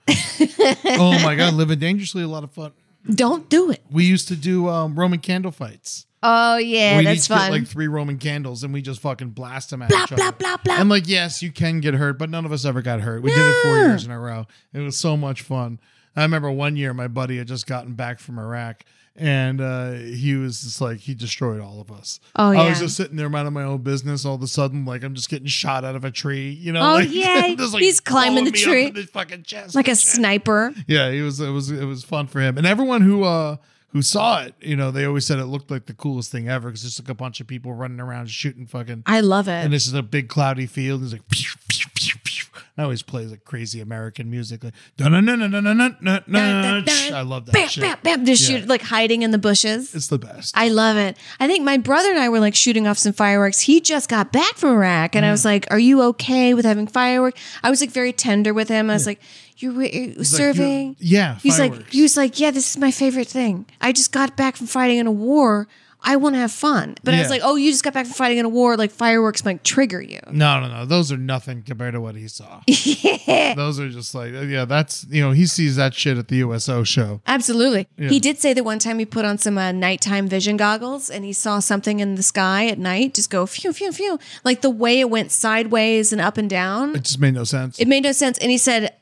[SPEAKER 2] oh my god, living dangerously, a lot of fun.
[SPEAKER 1] Don't do it.
[SPEAKER 2] We used to do um, Roman candle fights.
[SPEAKER 1] Oh, yeah,
[SPEAKER 2] We'd
[SPEAKER 1] that's
[SPEAKER 2] each get,
[SPEAKER 1] fun.
[SPEAKER 2] like three Roman candles, and we just fucking blast them at
[SPEAKER 1] Blah,
[SPEAKER 2] each
[SPEAKER 1] blah,
[SPEAKER 2] other.
[SPEAKER 1] blah, blah.
[SPEAKER 2] And like, yes, you can get hurt, but none of us ever got hurt. We did it four years in a row. It was so much fun. I remember one year my buddy had just gotten back from Iraq, and uh, he was just like he destroyed all of us.
[SPEAKER 1] Oh,
[SPEAKER 2] I was
[SPEAKER 1] yeah.
[SPEAKER 2] just sitting there minding my own business. All of a sudden, like I'm just getting shot out of a tree. You know,
[SPEAKER 1] Oh,
[SPEAKER 2] like,
[SPEAKER 1] yeah. He's climbing the
[SPEAKER 2] blowing me up
[SPEAKER 1] tree.
[SPEAKER 2] in the fucking chest.
[SPEAKER 1] like a
[SPEAKER 2] Shit.
[SPEAKER 1] sniper.
[SPEAKER 2] Yeah, it was it was it was fun for him. And everyone who uh who saw it, you know, they always said it looked like the coolest thing ever because it's like a bunch of people running around shooting fucking
[SPEAKER 1] I love it.
[SPEAKER 2] and this is a big cloudy field. And it's like pew, pew, pew, pew. I always play like crazy American music like dun dun dun dun dun dun dun dun. I love that
[SPEAKER 1] Bam,
[SPEAKER 2] shit.
[SPEAKER 1] bam, bam. Just
[SPEAKER 2] Yeah.
[SPEAKER 1] shoot, like hiding in the bushes.
[SPEAKER 2] It's the best.
[SPEAKER 1] I love it. I think my brother and I were like shooting off some fireworks. He just got back from Iraq, and I
[SPEAKER 2] Mm.
[SPEAKER 1] was like, "Are you okay with having fireworks?" I was like very tender with him. I was like, "You're, re-
[SPEAKER 2] It's like, you-
[SPEAKER 1] serving."
[SPEAKER 2] yeah,
[SPEAKER 1] He's like,
[SPEAKER 2] fireworks.
[SPEAKER 1] he was like, yeah, this is my favorite thing. I just got back from fighting in a war. I want to have fun. But I was
[SPEAKER 2] Yeah.
[SPEAKER 1] like, oh, you just got back from fighting in a war. Like fireworks might trigger you.
[SPEAKER 2] No, no, no. Those are nothing compared to what he saw. Those are just like, uh, yeah, that's, you know, he sees that shit at the USO show.
[SPEAKER 1] Absolutely. He did say that one time he put on some uh, nighttime vision goggles and he saw something in the sky at night just go phew, phew, phew. Like the way it went sideways and up and down.
[SPEAKER 2] It just made no sense.
[SPEAKER 1] It made no sense. And he said,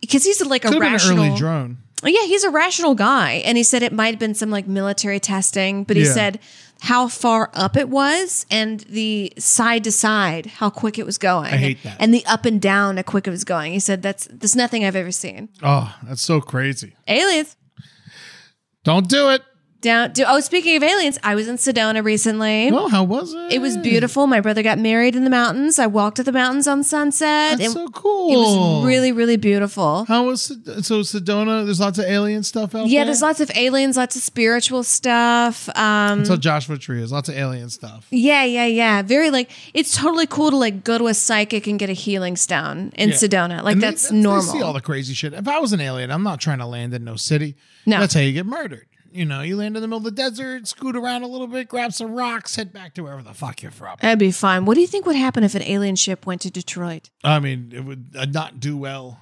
[SPEAKER 1] because he's like a
[SPEAKER 2] Could have been
[SPEAKER 1] rational.
[SPEAKER 2] an early drone.
[SPEAKER 1] Oh, Yeah, he's a rational guy. And he said it might have been some like military testing, but he
[SPEAKER 2] Yeah.
[SPEAKER 1] said how far up it was and the side to side, how quick it was going. I
[SPEAKER 2] hate that.
[SPEAKER 1] And the up and down, how quick it was going. He said that's that's nothing I've ever seen.
[SPEAKER 2] Oh, that's so crazy.
[SPEAKER 1] Aliens.
[SPEAKER 2] Don't do it.
[SPEAKER 1] Down do oh speaking of aliens, I was in Sedona recently.
[SPEAKER 2] Oh, how was it?
[SPEAKER 1] It was beautiful. My brother got married in the mountains. I walked at the mountains on sunset.
[SPEAKER 2] That's
[SPEAKER 1] it,
[SPEAKER 2] so
[SPEAKER 1] it
[SPEAKER 2] cool.
[SPEAKER 1] was really, really beautiful.
[SPEAKER 2] How was Sed- so Sedona? There's lots of alien stuff out there.
[SPEAKER 1] Yeah, there's lots of aliens, lots of spiritual stuff. Um,
[SPEAKER 2] That's how Joshua Tree is. Lots of alien stuff.
[SPEAKER 1] Yeah, yeah, yeah. Very like it's totally cool to like go to a psychic and get a healing stone in
[SPEAKER 2] Yeah.
[SPEAKER 1] Sedona. Like
[SPEAKER 2] And they-
[SPEAKER 1] that's
[SPEAKER 2] they
[SPEAKER 1] normal.
[SPEAKER 2] see all the crazy shit. If I was an alien, I'm not trying to land in no city.
[SPEAKER 1] No.
[SPEAKER 2] That's how you get murdered. You know, you land in the middle of the desert, scoot around a little bit, grab some rocks, head back to wherever the fuck you're from.
[SPEAKER 1] That'd be fun. What do you think would happen if an alien ship went to Detroit?
[SPEAKER 2] I mean, it would uh, not do well.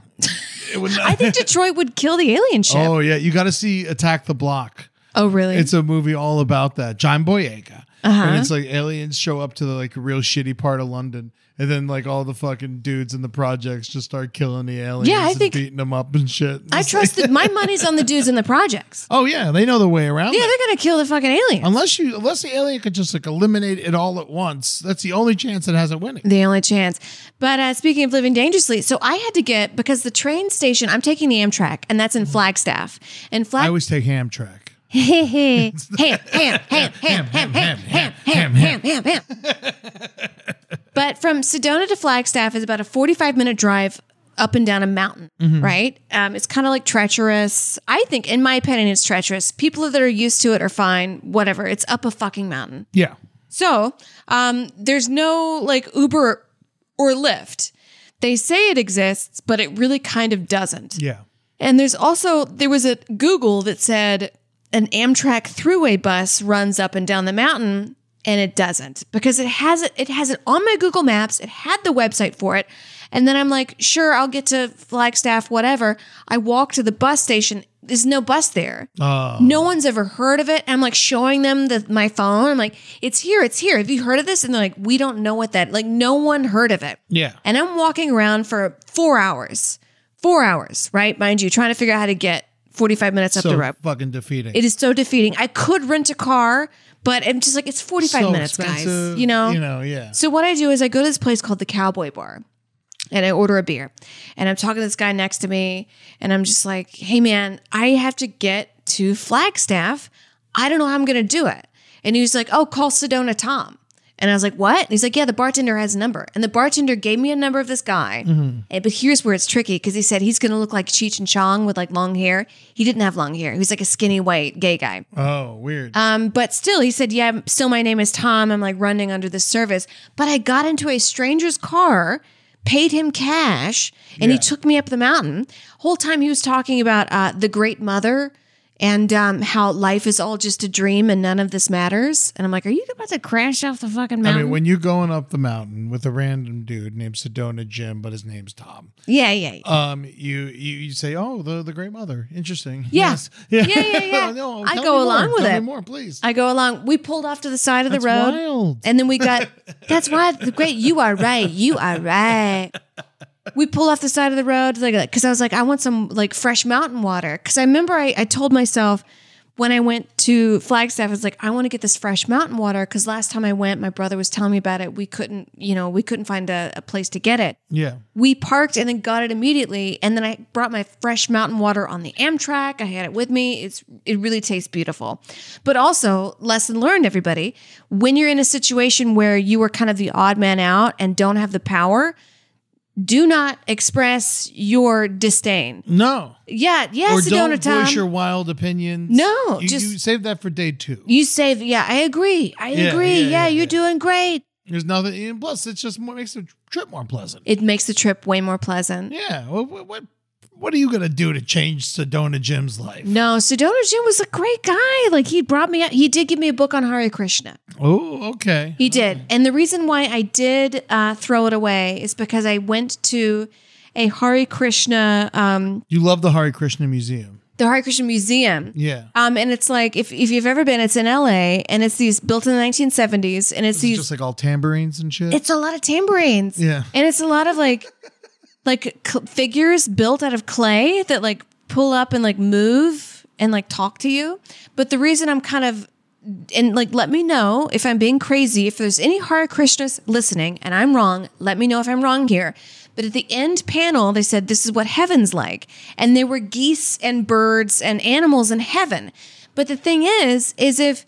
[SPEAKER 2] It would not.
[SPEAKER 1] I think Detroit would kill the alien ship. Oh,
[SPEAKER 2] oh yeah, you got to see Attack the Block.
[SPEAKER 1] really?
[SPEAKER 2] It's a movie all about that. John Boyega.
[SPEAKER 1] Uh-huh.
[SPEAKER 2] and it's like aliens show up to the like real shitty part of London, and then like all the fucking dudes in the projects just start killing the aliens.
[SPEAKER 1] Yeah, I
[SPEAKER 2] and
[SPEAKER 1] think-
[SPEAKER 2] beating them up and shit.
[SPEAKER 1] I
[SPEAKER 2] It's like-
[SPEAKER 1] trust that my money's on the dudes in the projects.
[SPEAKER 2] oh yeah, they know the way around.
[SPEAKER 1] Yeah,
[SPEAKER 2] it.
[SPEAKER 1] they're gonna kill the fucking aliens.
[SPEAKER 2] unless you unless the alien could just like eliminate it all at once. That's the only chance it has at winning.
[SPEAKER 1] the only chance. But uh, speaking of living dangerously, so I had to get because the train station. I'm taking the Amtrak, and that's in Flagstaff. And
[SPEAKER 2] I
[SPEAKER 1] Flag,
[SPEAKER 2] always take Hamtrak.
[SPEAKER 1] hey, hey, ham, ham, ham, ham, ham, ham, ham, ham, ham, ham, ham. But from Sedona to Flagstaff is about a 45 minute drive up and down a mountain, right? Um, it's kind of like treacherous. I think, in my opinion, it's treacherous. People that are used to it are fine. Whatever. It's up a fucking mountain.
[SPEAKER 2] Yeah.
[SPEAKER 1] So um, there's no like Uber or Lyft. They say it exists, but it really kind of doesn't.
[SPEAKER 2] Yeah.
[SPEAKER 1] And there's also there was a Google that said an Amtrak throughway bus runs up and down the mountain and it doesn't because it has it it has it on my Google Maps, it had the website for it. And then I'm like, sure, I'll get to Flagstaff whatever. I walk to the bus station. There's no bus there.
[SPEAKER 2] Oh. Uh,
[SPEAKER 1] No one's ever heard of it. And I'm like showing them the, my phone. I'm like, it's here, it's here. Have you heard of this? And they're like, we don't know what that. Like, no one heard of it.
[SPEAKER 2] Yeah.
[SPEAKER 1] And I'm walking around for four hours, four hours, right? Mind you, trying to figure out how to get 45 minutes up
[SPEAKER 2] so
[SPEAKER 1] the road.
[SPEAKER 2] fucking defeating.
[SPEAKER 1] It is so defeating. I could rent a car, but I'm just like, it's 45
[SPEAKER 2] So
[SPEAKER 1] minutes, guys.
[SPEAKER 2] expensive,
[SPEAKER 1] You know?
[SPEAKER 2] You know. Yeah.
[SPEAKER 1] So what I do is I go to this place called the Cowboy Bar and I order a beer. And I'm talking to this guy next to me and I'm just like, "Hey man, I have to get to Flagstaff. I don't know how I'm going to do it." And he was like, "Oh, call Sedona Tom." And I was like, "What?" And he's like, "Yeah, the bartender has a number." And the bartender gave me a number of this guy. And- but here's where it's tricky because he said he's going to look like Cheech and Chong with like long hair. He didn't have long hair. He was like a skinny white gay guy.
[SPEAKER 2] Oh, weird.
[SPEAKER 1] Um, but still, he said, "Yeah, still, my name is Tom. I'm like running under the service." But I got into a stranger's car, paid him cash, and he took me up the mountain. Whole time he was talking about uh, the Great Mother and um, how life is all just a dream and none of this matters. And I'm like, "Are you about to crash off the fucking
[SPEAKER 2] I
[SPEAKER 1] mountain?"
[SPEAKER 2] mean, when you're going up the mountain with a random dude named Sedona Jim, but his name's Tom,
[SPEAKER 1] yeah, yeah, yeah.
[SPEAKER 2] um, you you, you say, "Oh, the the Great Mother, interesting."
[SPEAKER 1] Yeah.
[SPEAKER 2] Yes.
[SPEAKER 1] Yeah, yeah, yeah.
[SPEAKER 2] no,
[SPEAKER 1] I go
[SPEAKER 2] tell me more.
[SPEAKER 1] along with
[SPEAKER 2] Tell
[SPEAKER 1] it.
[SPEAKER 2] Me more, please.
[SPEAKER 1] I go along. We pulled off to the side of the
[SPEAKER 2] That's
[SPEAKER 1] road.
[SPEAKER 2] wild.
[SPEAKER 1] And then we got that's why the great you are right. You are right. We pull off the side of the road like because I was like, I want some like fresh mountain water. Cause I remember I, I told myself when I went to Flagstaff, I was like, I want to get this fresh mountain water. Cause last time I went, my brother was telling me about it. We couldn't, you know, we couldn't find a, a place to get it.
[SPEAKER 2] yeah.
[SPEAKER 1] We parked and then got it immediately. And then I brought my fresh mountain water on the Amtrak. I had it with me. It's it really tastes beautiful. But also, lesson learned, everybody, when you're in a situation where you are kind of the odd man out and don't have the power, do not express your disdain.
[SPEAKER 2] No.
[SPEAKER 1] Yeah, yeah,
[SPEAKER 2] or
[SPEAKER 1] Sedona
[SPEAKER 2] don't voice
[SPEAKER 1] Tom.
[SPEAKER 2] your wild opinions.
[SPEAKER 1] No,
[SPEAKER 2] You,
[SPEAKER 1] just-
[SPEAKER 2] you save that for day two.
[SPEAKER 1] you save, yeah, I agree. I
[SPEAKER 2] Yeah,
[SPEAKER 1] agree.
[SPEAKER 2] yeah,
[SPEAKER 1] Yeah,
[SPEAKER 2] yeah,
[SPEAKER 1] you're
[SPEAKER 2] yeah.
[SPEAKER 1] doing great.
[SPEAKER 2] There's nothing. And plus, it just more, makes the trip more pleasant.
[SPEAKER 1] It makes the trip way more pleasant.
[SPEAKER 2] yeah. What, what- what What are you gonna do to change Sedona Jim's life?
[SPEAKER 1] No, Sedona Jim was a great guy. Like he brought me out. He did give me a book on Hare Krishna.
[SPEAKER 2] Oh, okay.
[SPEAKER 1] He did. And the reason why I did uh, throw it away is because I went to a Hare Krishna, um,
[SPEAKER 2] You love the Hare Krishna Museum.
[SPEAKER 1] the Hare Krishna Museum.
[SPEAKER 2] Yeah.
[SPEAKER 1] Um, and it's like, if, if you've ever been, it's in LA and it's these built in the 1970s and it's
[SPEAKER 2] It's
[SPEAKER 1] these,
[SPEAKER 2] just like all tambourines and shit.
[SPEAKER 1] it's a lot of tambourines.
[SPEAKER 2] Yeah.
[SPEAKER 1] And it's a lot of like, like cl- figures built out of clay that like pull up and like move and like talk to you. But the reason I'm kind of and like let me know if I'm being crazy. If there's any Hare Krishnas listening and I'm wrong, let me know if I'm wrong here. But at the end panel, they said this is what heaven's like, and there were geese and birds and animals in heaven. But the thing is, is if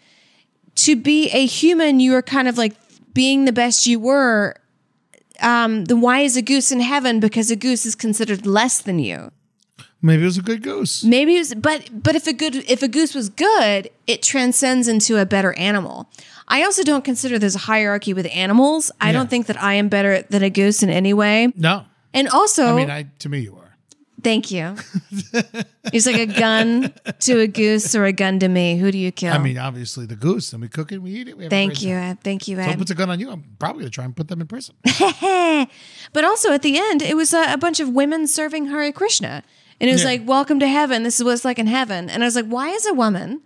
[SPEAKER 1] to be a human, you are kind of like being the best you were. Um, then why is a goose in heaven? Because a goose is considered less than you.
[SPEAKER 2] Maybe it was a good goose.
[SPEAKER 1] Maybe it was, but but if a good if a goose was good, it transcends into a better animal. I also don't consider there's a hierarchy with animals. I don't think that I am better than a goose in any way.
[SPEAKER 2] No.
[SPEAKER 1] And also,
[SPEAKER 2] I mean, I to me you are.
[SPEAKER 1] thank you. it's like a gun to a goose or a gun to me. Who do you kill?
[SPEAKER 2] I mean, obviously the goose, and we cook it, we eat it. We have a
[SPEAKER 1] thank
[SPEAKER 2] great
[SPEAKER 1] you,
[SPEAKER 2] time.
[SPEAKER 1] Ab. Thank you,
[SPEAKER 2] So if
[SPEAKER 1] Ab.
[SPEAKER 2] puts a gun on you, I'm probably gonna try and put them in prison.
[SPEAKER 1] But also at the end, it was a, a bunch of women serving Hare Krishna. And it was
[SPEAKER 2] Yeah.
[SPEAKER 1] like, welcome to heaven. This is what it's like in heaven. And I was like, why is a woman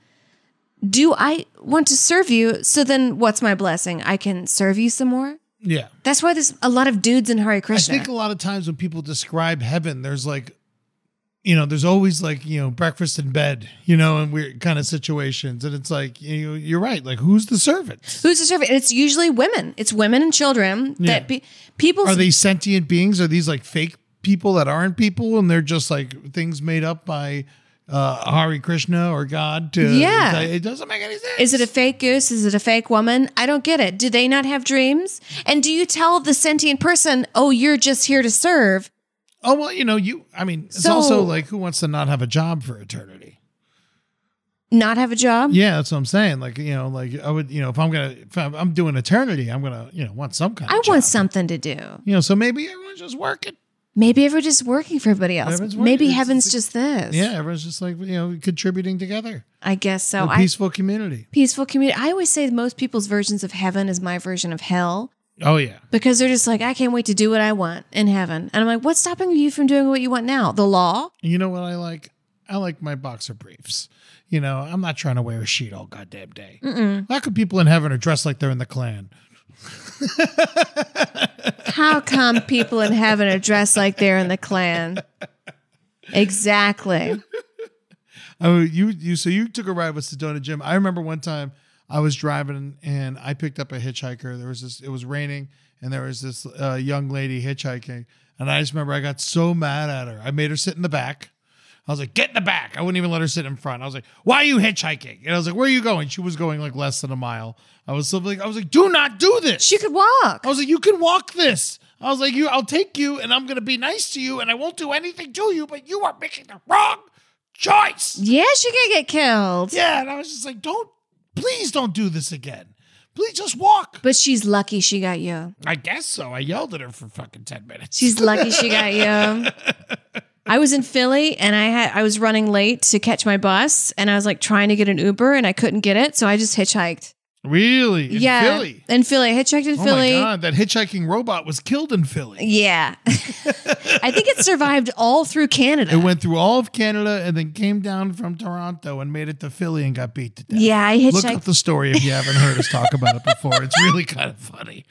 [SPEAKER 1] Do I want to serve you? So then what's my blessing? I can serve you some more?
[SPEAKER 2] Yeah.
[SPEAKER 1] That's why there's a lot of dudes in Hare
[SPEAKER 2] I
[SPEAKER 1] Krishna.
[SPEAKER 2] think a lot of times when people describe heaven, there's like, you know, there's always like, you know, breakfast in bed, you know, and weird kind of situations. And it's like, you you're right. Like, who's the servants?
[SPEAKER 1] Who's the servant? And it's usually women. It's women and children
[SPEAKER 2] Yeah.
[SPEAKER 1] that be, people
[SPEAKER 2] Are they sentient beings? Are these like fake people that aren't people and they're just like things made up by uh Hari Krishna or God to
[SPEAKER 1] Yeah.
[SPEAKER 2] it doesn't make any sense.
[SPEAKER 1] Is it a fake goose? Is it a fake woman? I don't get it. Do they not have dreams? And do you tell the sentient person, "Oh, you're just here to serve"?
[SPEAKER 2] Oh well, you know, you I mean, it's
[SPEAKER 1] So-
[SPEAKER 2] also like who wants to not have a job for eternity?
[SPEAKER 1] Not have a job?
[SPEAKER 2] Yeah, that's what I'm saying. Like, you know, like I would, you know, if I'm gonna, if I'm, I'm doing eternity, I'm gonna, you know, want some kind.
[SPEAKER 1] I
[SPEAKER 2] of
[SPEAKER 1] want
[SPEAKER 2] job.
[SPEAKER 1] something to do.
[SPEAKER 2] You know, so maybe everyone's just working.
[SPEAKER 1] Maybe everyone's just working for everybody else.
[SPEAKER 2] Everyone's
[SPEAKER 1] Maybe
[SPEAKER 2] working.
[SPEAKER 1] heaven's
[SPEAKER 2] It's-
[SPEAKER 1] just this.
[SPEAKER 2] Yeah, everyone's just like you know contributing together.
[SPEAKER 1] I guess so.
[SPEAKER 2] a
[SPEAKER 1] Oh, I
[SPEAKER 2] peaceful community.
[SPEAKER 1] peaceful community. I always say most people's versions of heaven is my version of hell
[SPEAKER 2] Oh yeah,
[SPEAKER 1] because they're just like, I can't wait to do what I want in heaven. And I'm like, what's stopping you from doing what you want now? The law?
[SPEAKER 2] And you know what I like? I like my boxer briefs. You know, I'm not trying to wear a sheet all goddamn day. How come people in heaven are dressed like they're in the Klan?
[SPEAKER 1] How come people in heaven are dressed like they're in the Klan? Exactly.
[SPEAKER 2] Oh, you you so you took a ride with Sedona Jim. I remember one time I was driving and I picked up a hitchhiker. There was this. It was raining and there was this uh, young lady hitchhiking. And I just remember I got so mad at her. I made her sit in the back. I was like, get in the back. I wouldn't even let her sit in front. I was like, why are you hitchhiking? And I was like, where are you going? She was going like less than a mile. I was still like, I was like, do not do this.
[SPEAKER 1] She could walk.
[SPEAKER 2] I was like, you can walk this. I was like, you, I'll take you, and I'm gonna be nice to you, and I won't do anything to you, but you are making the wrong choice.
[SPEAKER 1] Yeah, she could get killed.
[SPEAKER 2] Yeah, and I was just like, don't, please don't do this again. Please just walk.
[SPEAKER 1] But she's lucky she got you.
[SPEAKER 2] I guess so. I yelled at her for fucking 10 minutes.
[SPEAKER 1] She's lucky she got you. I was in Philly and I had I was running late to catch my bus and I was like trying to get an Uber and I couldn't get it, so I just hitchhiked.
[SPEAKER 2] really? In
[SPEAKER 1] yeah.
[SPEAKER 2] Philly.
[SPEAKER 1] In Philly. I hitchhiked in
[SPEAKER 2] Oh
[SPEAKER 1] Philly.
[SPEAKER 2] my God, that hitchhiking robot was killed in Philly.
[SPEAKER 1] Yeah. I think it survived all through Canada.
[SPEAKER 2] It went through all of Canada and then came down from Toronto and made it to Philly and got beat to death.
[SPEAKER 1] yeah, I
[SPEAKER 2] Look up
[SPEAKER 1] hitchhiked.
[SPEAKER 2] the story if you haven't heard us talk about it before. It's really kind of funny.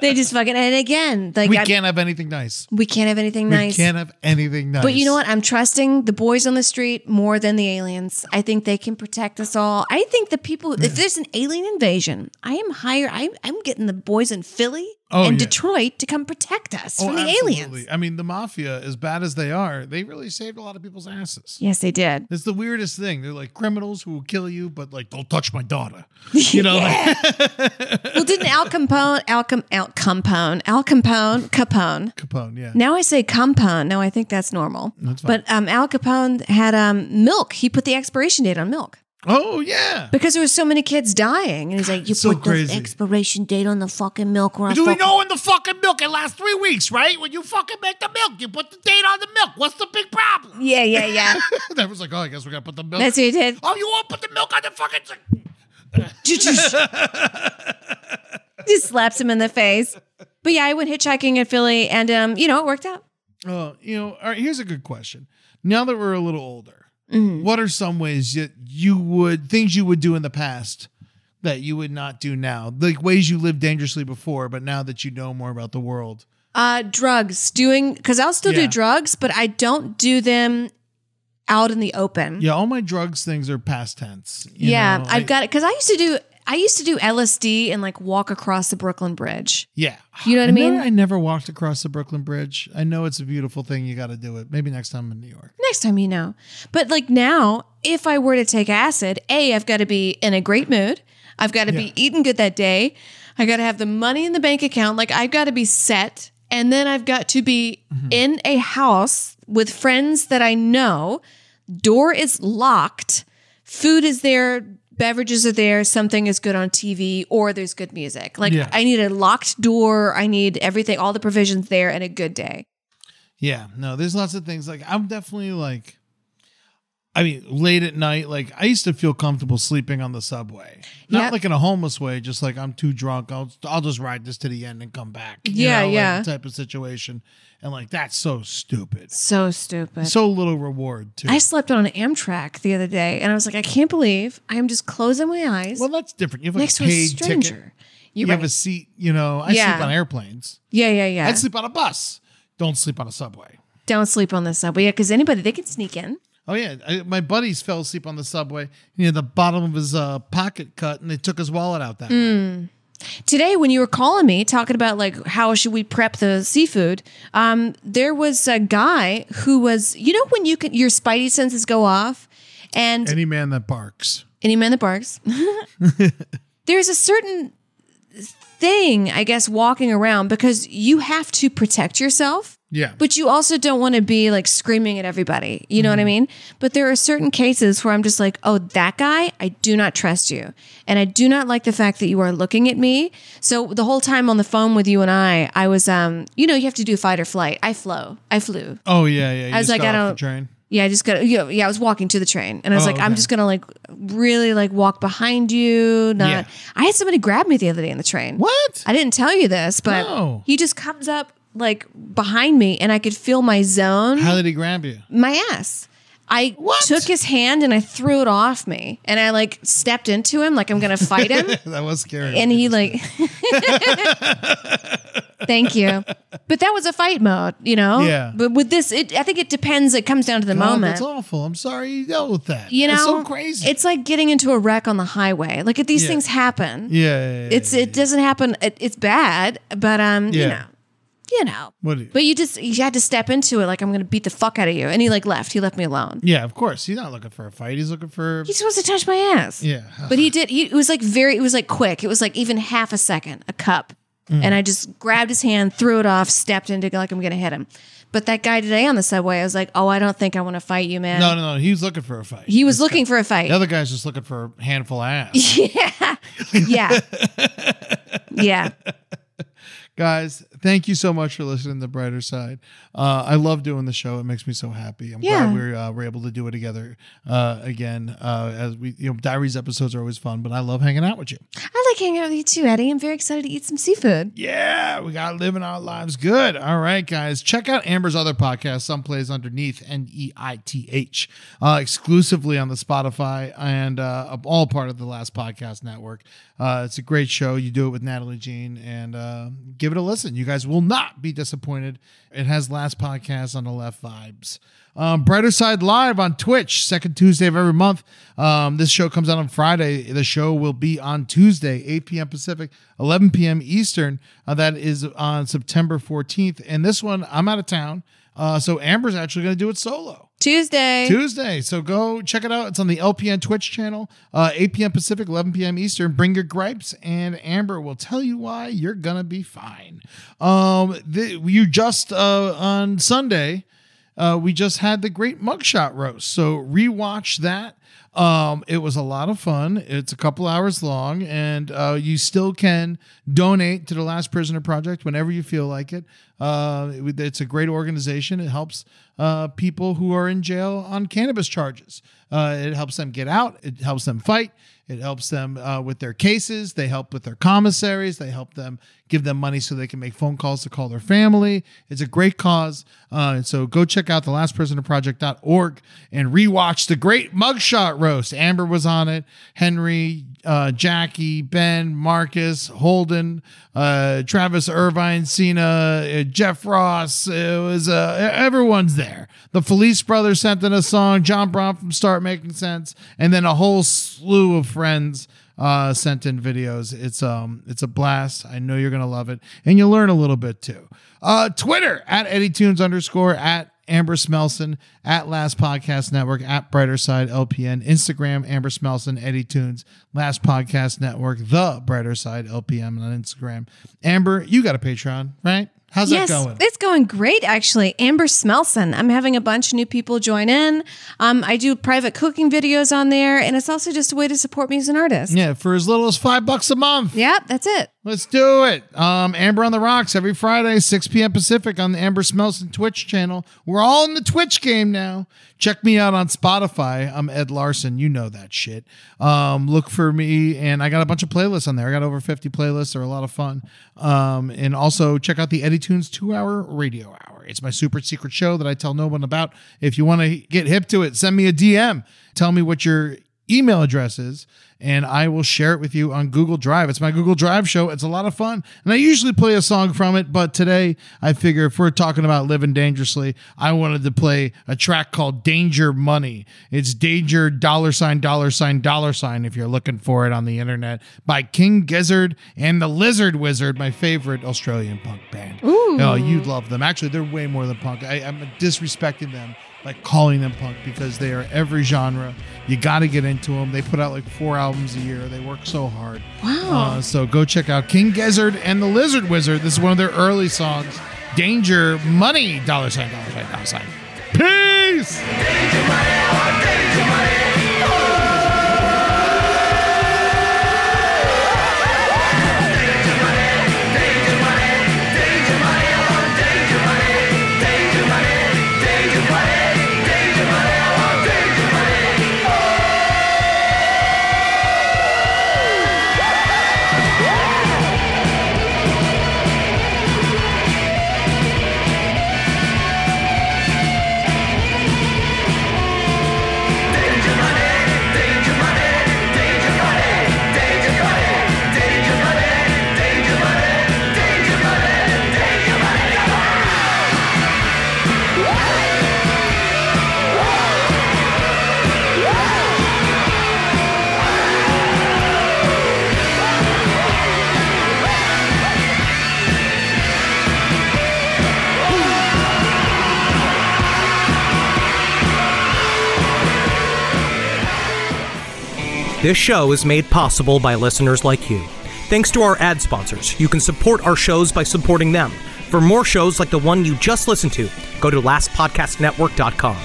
[SPEAKER 1] they just fucking and again, like
[SPEAKER 2] we
[SPEAKER 1] I-
[SPEAKER 2] can't have anything nice.
[SPEAKER 1] we can't have anything nice.
[SPEAKER 2] We can't have anything nice.
[SPEAKER 1] But you know what? I'm trusting the boys on the street more than the aliens. I think they can protect us all. I think the people, if there's an alien invasion, I am higher. I'm, I'm getting the boys in Philly
[SPEAKER 2] Oh,
[SPEAKER 1] and
[SPEAKER 2] yeah.
[SPEAKER 1] Detroit to come protect us
[SPEAKER 2] Oh,
[SPEAKER 1] from the
[SPEAKER 2] absolutely.
[SPEAKER 1] aliens.
[SPEAKER 2] I mean, the mafia, as bad as they are, they really saved a lot of people's asses.
[SPEAKER 1] Yes, they did.
[SPEAKER 2] It's the weirdest thing. They're like criminals who will kill you, but like, don't touch my daughter. You know, like,
[SPEAKER 1] well, didn't Al Capone, Al, Cam, Al Capone, Al Capone, Capone.
[SPEAKER 2] Capone. Yeah.
[SPEAKER 1] Now I say Capone. Now I think that's normal. But um, Al Capone had um, milk. He put the expiration date on milk
[SPEAKER 2] Oh yeah.
[SPEAKER 1] because there was so many kids dying, and he's like,
[SPEAKER 3] You
[SPEAKER 2] so
[SPEAKER 3] put
[SPEAKER 2] crazy.
[SPEAKER 3] the expiration date on the fucking milk or I
[SPEAKER 2] Do we
[SPEAKER 3] fucking-
[SPEAKER 2] know in the fucking milk? It lasts three weeks, right? When you fucking make the milk, you put the date on the milk. What's the big problem?
[SPEAKER 1] "Yeah, yeah, yeah."
[SPEAKER 2] that was like, oh, I guess we gotta put the milk.
[SPEAKER 1] That's what he did.
[SPEAKER 2] oh, you won't put the milk on the fucking.
[SPEAKER 1] just slaps him in the face. But yeah, I went hitchhiking in Philly, and um, you know, it worked out.
[SPEAKER 2] Oh, you know, all right, here's a good question. Now that we're a little older,
[SPEAKER 1] Mm-hmm.
[SPEAKER 2] what are some ways that you would things you would do in the past that you would not do now? Like ways you lived dangerously before, but now that you know more about the world.
[SPEAKER 1] Uh, drugs, doing because I'll still
[SPEAKER 2] Yeah.
[SPEAKER 1] do drugs, but I don't do them out in the open.
[SPEAKER 2] Yeah, all my drugs things are past tense. you
[SPEAKER 1] yeah,
[SPEAKER 2] know,
[SPEAKER 1] I've
[SPEAKER 2] I-
[SPEAKER 1] got it because I used to do I used to do LSD and like walk across the Brooklyn Bridge.
[SPEAKER 2] Yeah.
[SPEAKER 1] You know what I
[SPEAKER 2] never-
[SPEAKER 1] mean?
[SPEAKER 2] I never walked across the Brooklyn Bridge. I know it's a beautiful thing. You gotta do it. Maybe next time I'm in New York.
[SPEAKER 1] Next time you know. But like now, if I were to take acid, A, I've got to be in a great mood. I've got to
[SPEAKER 2] Yeah.
[SPEAKER 1] be eating good that day. I got to have the money in the bank account. Like I've got to be set. And then I've got to be
[SPEAKER 2] Mm-hmm.
[SPEAKER 1] in a house with friends that I know. Door is locked. Food is there. Beverages are there. Something is good on TV or there's good music. Like
[SPEAKER 2] Yeah.
[SPEAKER 1] I need a locked door. I need everything, all the provisions there and a good day.
[SPEAKER 2] Yeah, no, there's lots of things like I'm definitely like I mean, late at night, like I used to feel comfortable sleeping on the subway. Not
[SPEAKER 1] Yep.
[SPEAKER 2] like in a homeless way, just like I'm too drunk. I'll I'll just ride this to the end and come back. you
[SPEAKER 1] Yeah,
[SPEAKER 2] know, like,
[SPEAKER 1] yeah.
[SPEAKER 2] type of situation. And like that's so stupid.
[SPEAKER 1] So stupid.
[SPEAKER 2] So little reward too.
[SPEAKER 1] I slept on an Amtrak the other day, and I was like, I can't believe I am just closing my eyes
[SPEAKER 2] well, that's different. You have
[SPEAKER 1] next to
[SPEAKER 2] a
[SPEAKER 1] a
[SPEAKER 2] paid ticket.
[SPEAKER 1] stranger.
[SPEAKER 2] You
[SPEAKER 1] You're
[SPEAKER 2] have a
[SPEAKER 1] right.
[SPEAKER 2] seat. You know, I
[SPEAKER 1] Yeah.
[SPEAKER 2] sleep on airplanes.
[SPEAKER 1] yeah, yeah, yeah.
[SPEAKER 2] I sleep on a bus. Don't sleep on a subway.
[SPEAKER 1] Don't sleep on the subway, yeah, because anybody they can sneak in.
[SPEAKER 2] Oh yeah, I, my buddies fell asleep on the subway. and He had the bottom of his uh, pocket cut, and they took his wallet out. That
[SPEAKER 1] Mm.
[SPEAKER 2] night.
[SPEAKER 1] Today, when you were calling me talking about like how should we prep the seafood, um, there was a guy who was, you know, when you can your spidey senses go off, and
[SPEAKER 2] any man that barks.
[SPEAKER 1] any man that barks. There's a certain thing, I guess, walking around because you have to protect yourself,
[SPEAKER 2] Yeah,
[SPEAKER 1] but you also don't want to be like screaming at everybody. You know what I
[SPEAKER 2] Mm-hmm.
[SPEAKER 1] mean? But there are certain cases where I'm just like, oh, that guy, I do not trust you. And I do not like the fact that you are looking at me. So the whole time on the phone with you and I, I was, um, you know, you have to do fight or flight. I flow. I flew.
[SPEAKER 2] oh yeah, yeah. You
[SPEAKER 1] I was like,
[SPEAKER 2] got
[SPEAKER 1] I
[SPEAKER 2] off the
[SPEAKER 1] don't-
[SPEAKER 2] train.
[SPEAKER 1] Yeah, I just got yeah, yeah, I was walking to the train and I was
[SPEAKER 2] Oh,
[SPEAKER 1] like, I'm
[SPEAKER 2] okay.
[SPEAKER 1] just gonna like really like walk behind you. Not
[SPEAKER 2] Yeah.
[SPEAKER 1] I had somebody grab me the other day in the train.
[SPEAKER 2] What?
[SPEAKER 1] I didn't tell you this, but
[SPEAKER 2] No.
[SPEAKER 1] he just comes up like behind me and I could feel my zone,
[SPEAKER 2] How did he grab you?
[SPEAKER 1] my ass. I took his hand and I threw it off me and I like stepped into him like I'm gonna fight him.
[SPEAKER 2] That was scary. Oh,
[SPEAKER 1] and he like thank you but that was a fight mode you know
[SPEAKER 2] Yeah.
[SPEAKER 1] but with this it, i think it depends it comes down to the
[SPEAKER 2] God,
[SPEAKER 1] moment
[SPEAKER 2] That's awful. I'm sorry you dealt with that.
[SPEAKER 1] you know
[SPEAKER 2] it's so crazy.
[SPEAKER 1] it's like getting into a wreck on the highway like if these
[SPEAKER 2] Yeah.
[SPEAKER 1] things happen
[SPEAKER 2] yeah, yeah, yeah,
[SPEAKER 1] it's
[SPEAKER 2] yeah,
[SPEAKER 1] it doesn't happen it, it's bad but um you
[SPEAKER 2] Yeah.
[SPEAKER 1] know you know
[SPEAKER 2] What do you-
[SPEAKER 1] but you just you had to step into it like i'm gonna beat the fuck out of you and he like left he left me alone
[SPEAKER 2] yeah. Of course, he's not looking for a fight. He's looking for
[SPEAKER 1] he just wants to touch my ass
[SPEAKER 2] yeah.
[SPEAKER 1] but he did he, it was like very it was like quick it was like even half a second a cup and i just grabbed his hand threw it off stepped into like i'm gonna hit him but that guy today on the subway i was like oh i don't think i want to fight you man
[SPEAKER 2] No, no, no. He was looking for a fight.
[SPEAKER 1] he was looking for a fight
[SPEAKER 2] the other guy's just looking for a handful of ass.
[SPEAKER 1] yeah yeah
[SPEAKER 2] Guys, thank you so much for listening to The Brighter Side. Uh, I love doing the show. It makes me so happy. I'm
[SPEAKER 1] Yeah.
[SPEAKER 2] glad we're, uh, we're able to do it together uh, again. Uh, as we, you know, Diaries episodes are always fun, but I love hanging out with you.
[SPEAKER 1] i like hanging out with you too eddie i'm very excited to eat some seafood
[SPEAKER 2] Yeah, we got living our lives good. All right, guys. Check out Amber's other podcast, Someplace Underneath, N E I T H, uh, exclusively on the Spotify and uh, all part of the Last Podcast Network. Uh, it's a great show. You do it with Natalie Jean and uh, give it a listen. You guys will not be disappointed. It has Last Podcast on the Left vibes. Um, Brighter Side Live on Twitch, second Tuesday of every month. Um, this show comes out on Friday. The show will be on Tuesday, 8 p.m. Pacific, 11 p.m. Eastern. Uh, that is on September 14th. And this one, I'm out of town. Uh, so Amber's actually going to do it solo.
[SPEAKER 1] tuesday
[SPEAKER 2] Tuesday. So go check it out. It's on the LPN Twitch channel, uh, 8 p.m. Pacific, 11 p.m. Eastern. Bring your gripes, and Amber will tell you why you're gonna be fine. Um, the, you just uh, on Sunday, uh, we just had the Great Mugshot roast. So rewatch that. Um, it was a lot of fun. It's a couple hours long, and uh, you still can donate to the Last Prisoner Project whenever you feel like it. Uh, it- it's a great organization. It helps uh, people who are in jail on cannabis charges. Uh, it helps them get out. It helps them fight. It helps them uh, with their cases. They help with their commissaries. They help them give them money so they can make phone calls to call their family. It's a great cause. Uh, and so go check out the lastprisonerproject.org and rewatch the great mugshot roast. Amber was on it, Henry, uh, Jackie, Ben, Marcus, Holden, uh, Travis Irvine, Cena, uh, Jeff Ross. It was uh, everyone's there. The Felice brothers sent in a song. John Brown from Start Making Sense, and then a whole slew of friends uh, sent in videos. It's um, it's a blast. I know you're gonna love it, and you'll learn a little bit too. Uh, Twitter at Eddie Tunes underscore at Amber Smelson at Last Podcast Network at Brighter Side LPN Instagram Amber Smelson Eddie Tunes Last Podcast Network the Brighter Side LPN on Instagram. Amber, you got a Patreon, right? How's
[SPEAKER 1] Yes,
[SPEAKER 2] that going?
[SPEAKER 1] it's going great actually. Amber Smelson. I'm having a bunch of new people join in. Um, I do private cooking videos on there, and it's also just a way to support me as an artist.
[SPEAKER 2] Yeah, for as little as five bucks a month.
[SPEAKER 1] Yep, that's it.
[SPEAKER 2] Let's do it. Um, Amber on the Rocks every Friday, 6 p.m. Pacific on the Amber Smelson Twitch channel. We're all in the Twitch game now. Check me out on Spotify. I'm Ed Larson. You know that shit. Um, look for me, and I got a bunch of playlists on there. I got over 50 playlists. They're a lot of fun. Um, and also check out the Eddie Tunes two hour radio hour. It's my super secret show that I tell no one about. If you want to get hip to it, send me a DM. Tell me what your email addresses and I will share it with you on Google Drive. It's my Google Drive show. It's a lot of fun. And I usually play a song from it, but today I figure if we're talking about living dangerously, I wanted to play a track called Danger Money. It's Danger dollar sign dollar sign dollar sign if you're looking for it on the internet by King Gizzard and the Lizard Wizard, my favorite Australian punk band. Oh, you'd love them. Actually, they're way more than punk. I, I'm disrespecting them like calling them punk because they are every genre. You got to get into them. They put out like four albums a year. They work so hard. Wow. Uh, so go check out King Gizzard and the Lizard Wizard. This is one of their early songs. Danger, money, dollar sign, dollar sign, dollar sign. Peace.
[SPEAKER 4] This show is made possible by listeners like you. Thanks to our ad sponsors, you can support our shows by supporting them. For more shows like the one you just listened to, go to lastpodcastnetwork.com.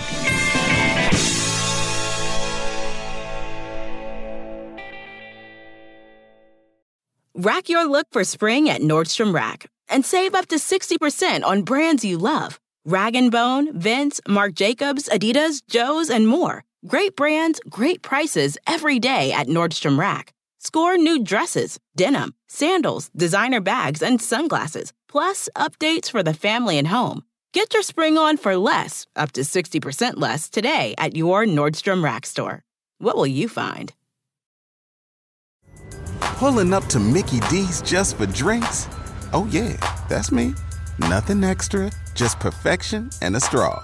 [SPEAKER 5] Rack your look for spring at Nordstrom Rack and save up to 60% on brands you love. Rag & Bone, Vince, Marc Jacobs, Adidas, Joe's, and more. Great brands, great prices every day at Nordstrom Rack. Score new dresses, denim, sandals, designer bags, and sunglasses, plus updates for the family and home. Get your spring on for less, up to 60% less, today at your Nordstrom Rack store. What will you find?
[SPEAKER 6] Pulling up to Mickey D's just for drinks? Oh, yeah, that's me. Nothing extra, just perfection and a straw.